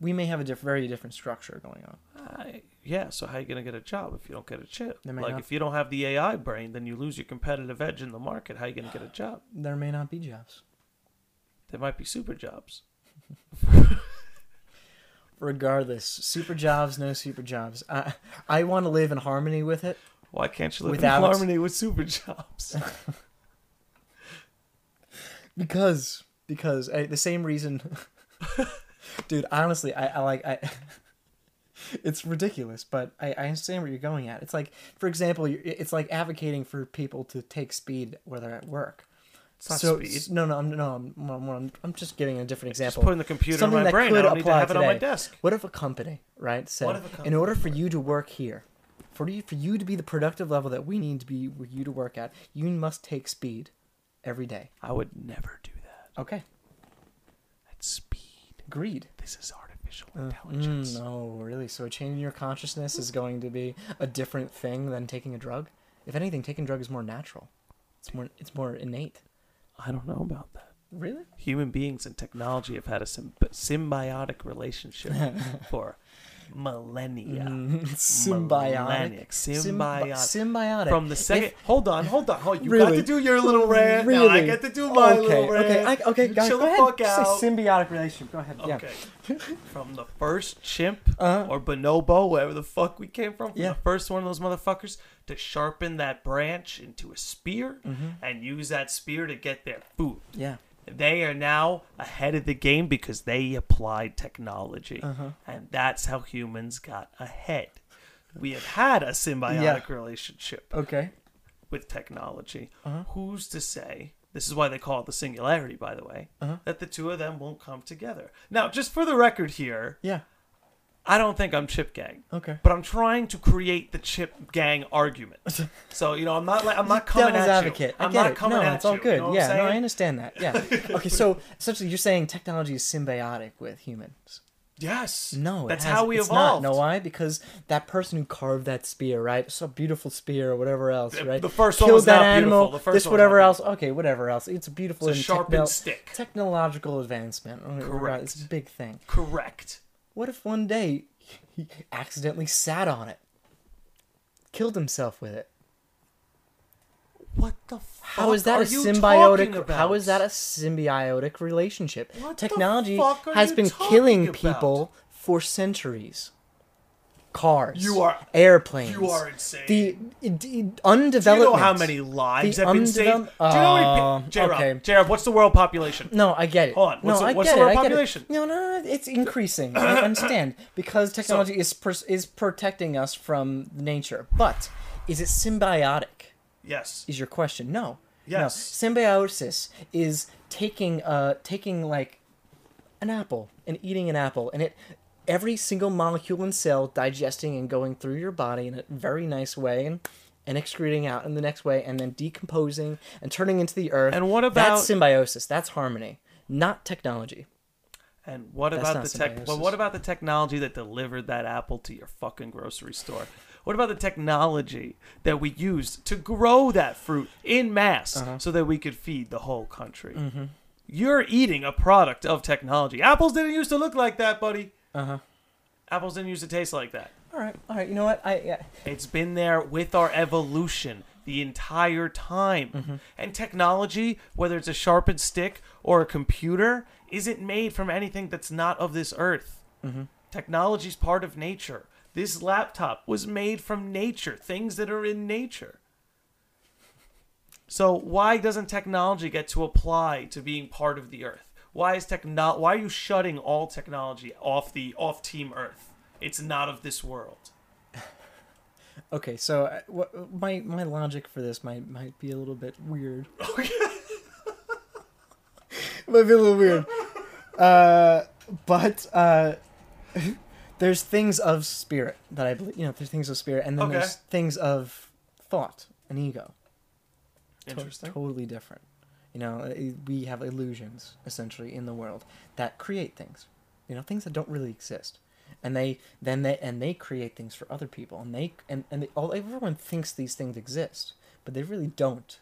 A: we may have a diff- very different structure going on.
B: I, Uh, yeah. So how are you going to get a job if you don't get a chip?
A: They may
B: Like
A: not.
B: if you don't have the AI brain, then you lose your competitive edge in the market. How you going to get a job?
A: There may not be jobs.
B: There might be super jobs.
A: Regardless, super jobs, no super jobs. I I want to live in harmony with it.
B: Why can't you live
A: Without-
B: in harmony with super
A: (laughs)
B: jobs?
A: because because I, the same reason (laughs) dude honestly i, I like i (laughs) it's ridiculous but I, I understand where you're going at it's like for example you it's like advocating for people to take speed where they're at work
B: It's not
A: so
B: speed.
A: s- no no i'm no i'm, I'm, I'm, I'm just giving a different
B: Just
A: example
B: putting the computer
A: Something
B: in my
A: that
B: brain.
A: could
B: I don't need to
A: apply
B: have it on my
A: today.
B: desk.
A: what if a company right said
B: What if a
A: in
B: company-
A: order for you to work here for you for you to be the productive level that we need to be for you to work at you must take speed every day
B: I would never do that.
A: okay
B: That's speed.
A: agreed
B: This is artificial
A: Uh,
B: intelligence.
A: mm, no, really. So changing your consciousness is going to be a different thing than taking a drug. If anything, taking a drug is more natural. It's more it's more innate.
B: I don't know about that.
A: Really?
B: Human beings and technology have had a symb- symbiotic relationship
A: (laughs)
B: for millennia.
A: Mm, (laughs) it's symbiotic.
B: Millennic. Symbiotic.
A: Symbi- symbiotic.
B: From the
A: If-
B: second, hold on, hold on, hold. You got
A: Really?
B: to do your
A: (laughs)
B: little rant. Now I
A: Really?
B: get to do my
A: okay,
B: little rant.
A: okay, I, okay,
B: You
A: guys,
B: chill
A: go
B: the
A: ahead.
B: fuck
A: Just say
B: out.
A: symbiotic relationship. Go ahead.
B: Okay.
A: Yeah. (laughs)
B: from the first chimp
A: Uh-huh.
B: or bonobo, wherever the fuck we came from, from
A: Yeah.
B: the first one of those motherfuckers, to sharpen that branch into a spear
A: Mm-hmm.
B: and use that spear to get their food.
A: Yeah.
B: They are now ahead of the game because they applied technology.
A: Uh-huh.
B: And that's how humans got ahead. We have had a symbiotic relationship
A: Okay.
B: with technology.
A: Uh-huh.
B: Who's to say? This is why they call it the singularity, by the way,
A: Uh-huh.
B: that the two of them won't come together. Now, just for the record here,
A: Yeah.
B: I don't think I'm chip gang,
A: Okay.
B: but I'm trying to create the chip gang
A: (laughs)
B: argument. So you know, I'm not like I'm not coming
A: devil's
B: at
A: advocate.
B: you.
A: I
B: I'm
A: get
B: not
A: it.
B: coming
A: no,
B: at
A: it's all
B: you, you
A: good.
B: know what I'm
A: yeah, no, I
B: saying?
A: understand
B: (laughs)
A: that. Yeah. Okay, so essentially, you're saying technology is symbiotic with humans.
B: Yes.
A: No, it
B: That's
A: has-
B: how we
A: it's
B: evolved.
A: Not. Know why? Because that person who carved that spear, right? So beautiful spear or whatever else, right?
B: the first one was not beautiful. The first
A: this
B: one was
A: whatever
B: not
A: else. Okay, whatever else. It's beautiful.
B: It's a
A: in
B: sharpened
A: techno-
B: stick.
A: Technological advancement. Right,
B: Correct.
A: It's a big thing.
B: Correct.
A: What if one day he accidentally sat on it, killed himself with it?
B: What the fuck?
A: How is that
B: are
A: a
B: you talking
A: symbiotic?
B: about?
A: How is that a symbiotic relationship?
B: What the
A: Technology
B: fuck are
A: has
B: you
A: been
B: talking
A: killing
B: about?
A: people for centuries. Cars.
B: You are-
A: airplanes.
B: you are insane.
A: The d-
B: Do you
A: undevelopment.
B: know how many lives
A: The
B: have been saved? Do
A: undevelop-
B: you know how
A: Oh,
B: many? J-Rob,
A: okay. Mm.
B: J-Rob, what's the world population?
A: No, I get it.
B: Hold on,
A: no,
B: what's the-
A: I
B: what's
A: get
B: the
A: it,
B: world
A: I get it.
B: population?
A: No, no, no,
B: (coughs)
A: it's increasing. I understand because technology is pers- is protecting us from nature. But is it symbiotic?
B: Yes.
A: is your question. No. No.
B: Yes.
A: Symbiosis is taking uh taking like an apple and eating an apple and it every single molecule and cell digesting and going through your body in a very nice way and and excreting out in the next way and then decomposing and turning into the earth.
B: And what about-
A: That's symbiosis. That's harmony, not technology.
B: And what
A: That's
B: about
A: not
B: the tech? But
A: symbiosis.
B: what about the technology that delivered that apple to your fucking grocery store? What about the technology that we used to grow that fruit in mass
A: Uh-huh.
B: so that we could feed the whole country?
A: Mm-hmm.
B: You're eating a product of technology. Apples didn't used to look like that, buddy. Uh
A: Uh-huh.
B: Apples didn't used to taste like that.
A: All right. All right. You know what? I yeah.
B: It's been there with our evolution the entire time. And technology, whether it's a sharpened stick or a computer, isn't made from anything that's not of this earth. Technology's part of nature. This laptop was made from nature, things that are in nature. So why doesn't technology get to apply to being part of the earth? Why is techno- why are you shutting all technology off the off team earth? It's not of this world.
A: Okay, so uh, what, my my logic for this might might be a little bit weird. (laughs) might be a little weird. Uh, but uh, (laughs) there's things of spirit that I believe. You know, there's things of spirit, and then
B: Okay.
A: there's things of thought and ego. To-
B: Interesting.
A: totally different. You know, i- we have illusions essentially in the world that create things. You know, things that don't really exist, and they then they and they create things for other people, and they and and they, all everyone thinks these things exist, but they really don't.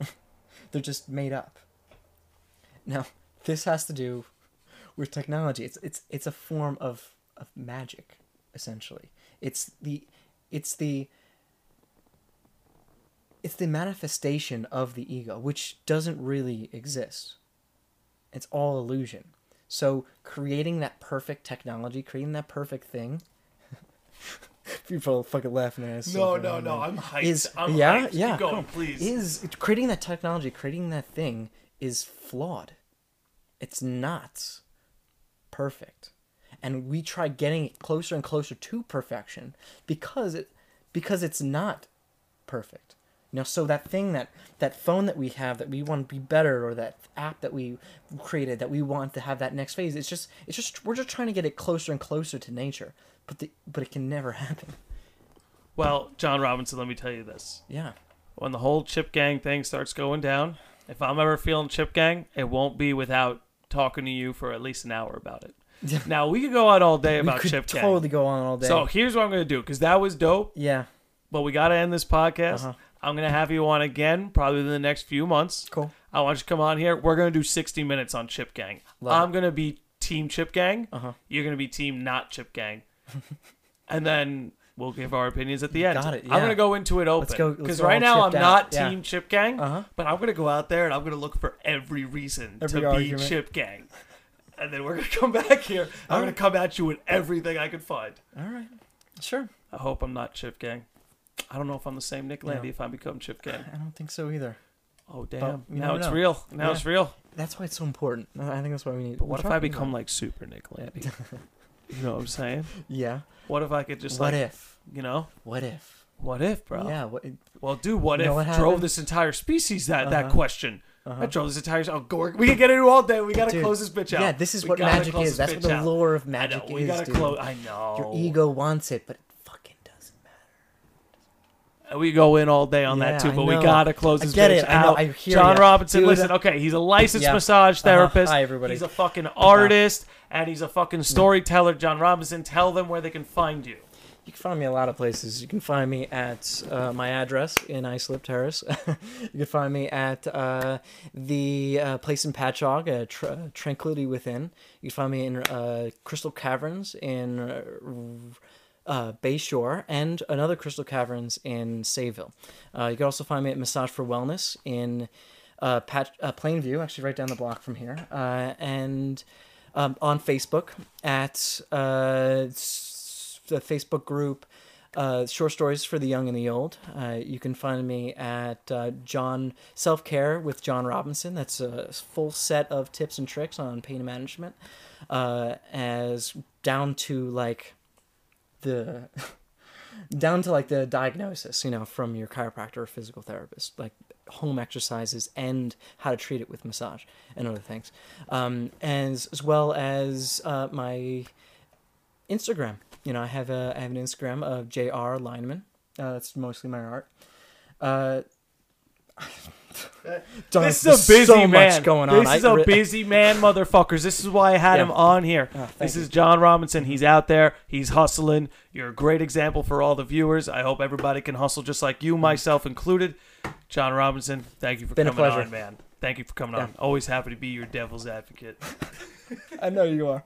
A: (laughs) They're just made up. Now, this has to do with technology. It's it's it's a form of of magic, essentially. It's the it's the it's the manifestation of the ego, which doesn't really exist. It's all illusion. So creating that perfect technology, creating that perfect thing. (laughs) People are fucking laughing at us.
B: No, no, no. I'm hyped.
A: Is
B: I'm
A: yeah,
B: hyped. Keep
A: yeah.
B: going,
A: cool.
B: please.
A: Is creating that technology, creating that thing, is flawed. It's not perfect, and we try getting it closer and closer to perfection because it because it's not perfect. You know, so that thing that that phone that we have that we want to be better, or that app that we created that we want to have that next phase. It's just it's just we're just trying to get it closer and closer to nature, but the, but it can never (laughs) happen.
B: Well, John Robinson, let me tell you this.
A: Yeah.
B: When the whole Chip Gang thing starts going down, if I'm ever feeling Chip Gang, it won't be without talking to you for at least an hour about
A: (laughs)
B: it. now, we could go on all day
A: we
B: about
A: could
B: Chip
A: totally go on all day.
B: Gang. So here's what I'm going to do because that was dope,
A: yeah,
B: but we got to end this podcast.
A: Uh-huh.
B: I'm going to have you on again probably in the next few months.
A: cool.
B: I want you to come on here. We're going to do 60 minutes on Chip Gang.
A: Love
B: I'm going to be team Chip Gang.
A: Uh-huh.
B: You're going to be team not Chip Gang. (laughs) and then we'll give our opinions at the end.
A: got it, yeah.
B: I'm going to go into it open.
A: go- let's
B: Because
A: go
B: right
A: all
B: now I'm
A: chipped out,
B: not
A: yeah.
B: team Chip Gang,
A: Uh-huh.
B: but I'm going to go out there and I'm going to look for every reason
A: Every
B: to be
A: argument.
B: Chip Gang. And then we're going to (laughs) come back here. I'm going to come at you with everything I can find.
A: All right, sure.
B: I hope I'm not Chip Gang. I don't know if I'm the same Nick Landy
A: No.
B: if I become Chip Gang.
A: I don't think so either.
B: Oh, damn.
A: you
B: now
A: never
B: it's
A: know.
B: real. Now
A: Yeah.
B: it's real.
A: That's why it's so important. I think that's why we need.
B: But what
A: we're
B: if I
A: talking
B: become like Super Nick Landy?
A: (laughs)
B: you know what I'm saying?
A: about- Yeah.
B: What if I could just
A: what
B: like,
A: if?
B: you know,
A: What if?
B: what if, bro?
A: Yeah. What?
B: Well, dude, what
A: You
B: if
A: know what
B: drove
A: happened?
B: this entire species that that
A: Uh-huh.
B: question?
A: Uh-huh.
B: I drove this entire. Oh, Gorg, we can get into all day. We gotta
A: Dude,
B: close this bitch out.
A: Yeah. This is
B: We
A: what
B: gotta
A: magic
B: close
A: is.
B: this
A: That's what
B: bitch
A: the
B: out.
A: lore of
B: I know,
A: magic
B: we
A: is,
B: gotta
A: dude.
B: close. I know.
A: Your ego wants it, but it fucking doesn't matter.
B: And We go in all day on
A: Yeah,
B: that too,
A: I
B: but we
A: know.
B: gotta close
A: I
B: this
A: get
B: bitch
A: it. I know.
B: out.
A: I hear
B: John
A: ya.
B: Robinson,
A: Dude,
B: listen,
A: I-
B: okay, he's a licensed
A: Yeah.
B: massage
A: Uh-huh.
B: therapist.
A: Hi, Mm. everybody.
B: He's a fucking artist, and he's a fucking storyteller. John Robinson, tell them where they can find you.
A: You can find me a lot of places. You can find me at uh, my address in Islip Terrace. (laughs) you can find me at uh, the uh, place in Patchogue, uh, tr- Tranquility Within. You can find me in uh, Crystal Caverns in uh, uh, Bayshore and another Crystal Caverns in Sayville. Uh, you can also find me at Massage for Wellness in uh, Pat- uh, Plainview, actually right down the block from here, uh, and um, on Facebook at uh, s- the Facebook group uh, Short Stories for the Young and the Old. Uh, you can find me at uh, John Self Care with John Robinson. That's a full set of tips and tricks on pain management, uh, as down to like the (laughs) down to like the diagnosis, you know, from your chiropractor or physical therapist, like home exercises and how to treat it with massage and other things, um, as as well as uh, my Instagram. You know, I have a I have an Instagram of Jr. Lineman. Uh, that's mostly my art. Uh, (laughs) Don,
B: This
A: there's
B: is a busy
A: so
B: man.
A: much going on.
B: This
A: I
B: is a
A: re- (laughs)
B: busy man, motherfuckers. This is why I had
A: Yeah.
B: him on here.
A: thank
B: this
A: you.
B: is John Robinson. He's out there. He's hustling. You're a great example for all the viewers. I hope everybody can hustle just like you, myself included. John Robinson, thank you for
A: Been a
B: coming
A: pleasure.
B: on, man. Thank you for coming
A: Yeah.
B: on. Always happy to be your devil's advocate.
A: I know you are.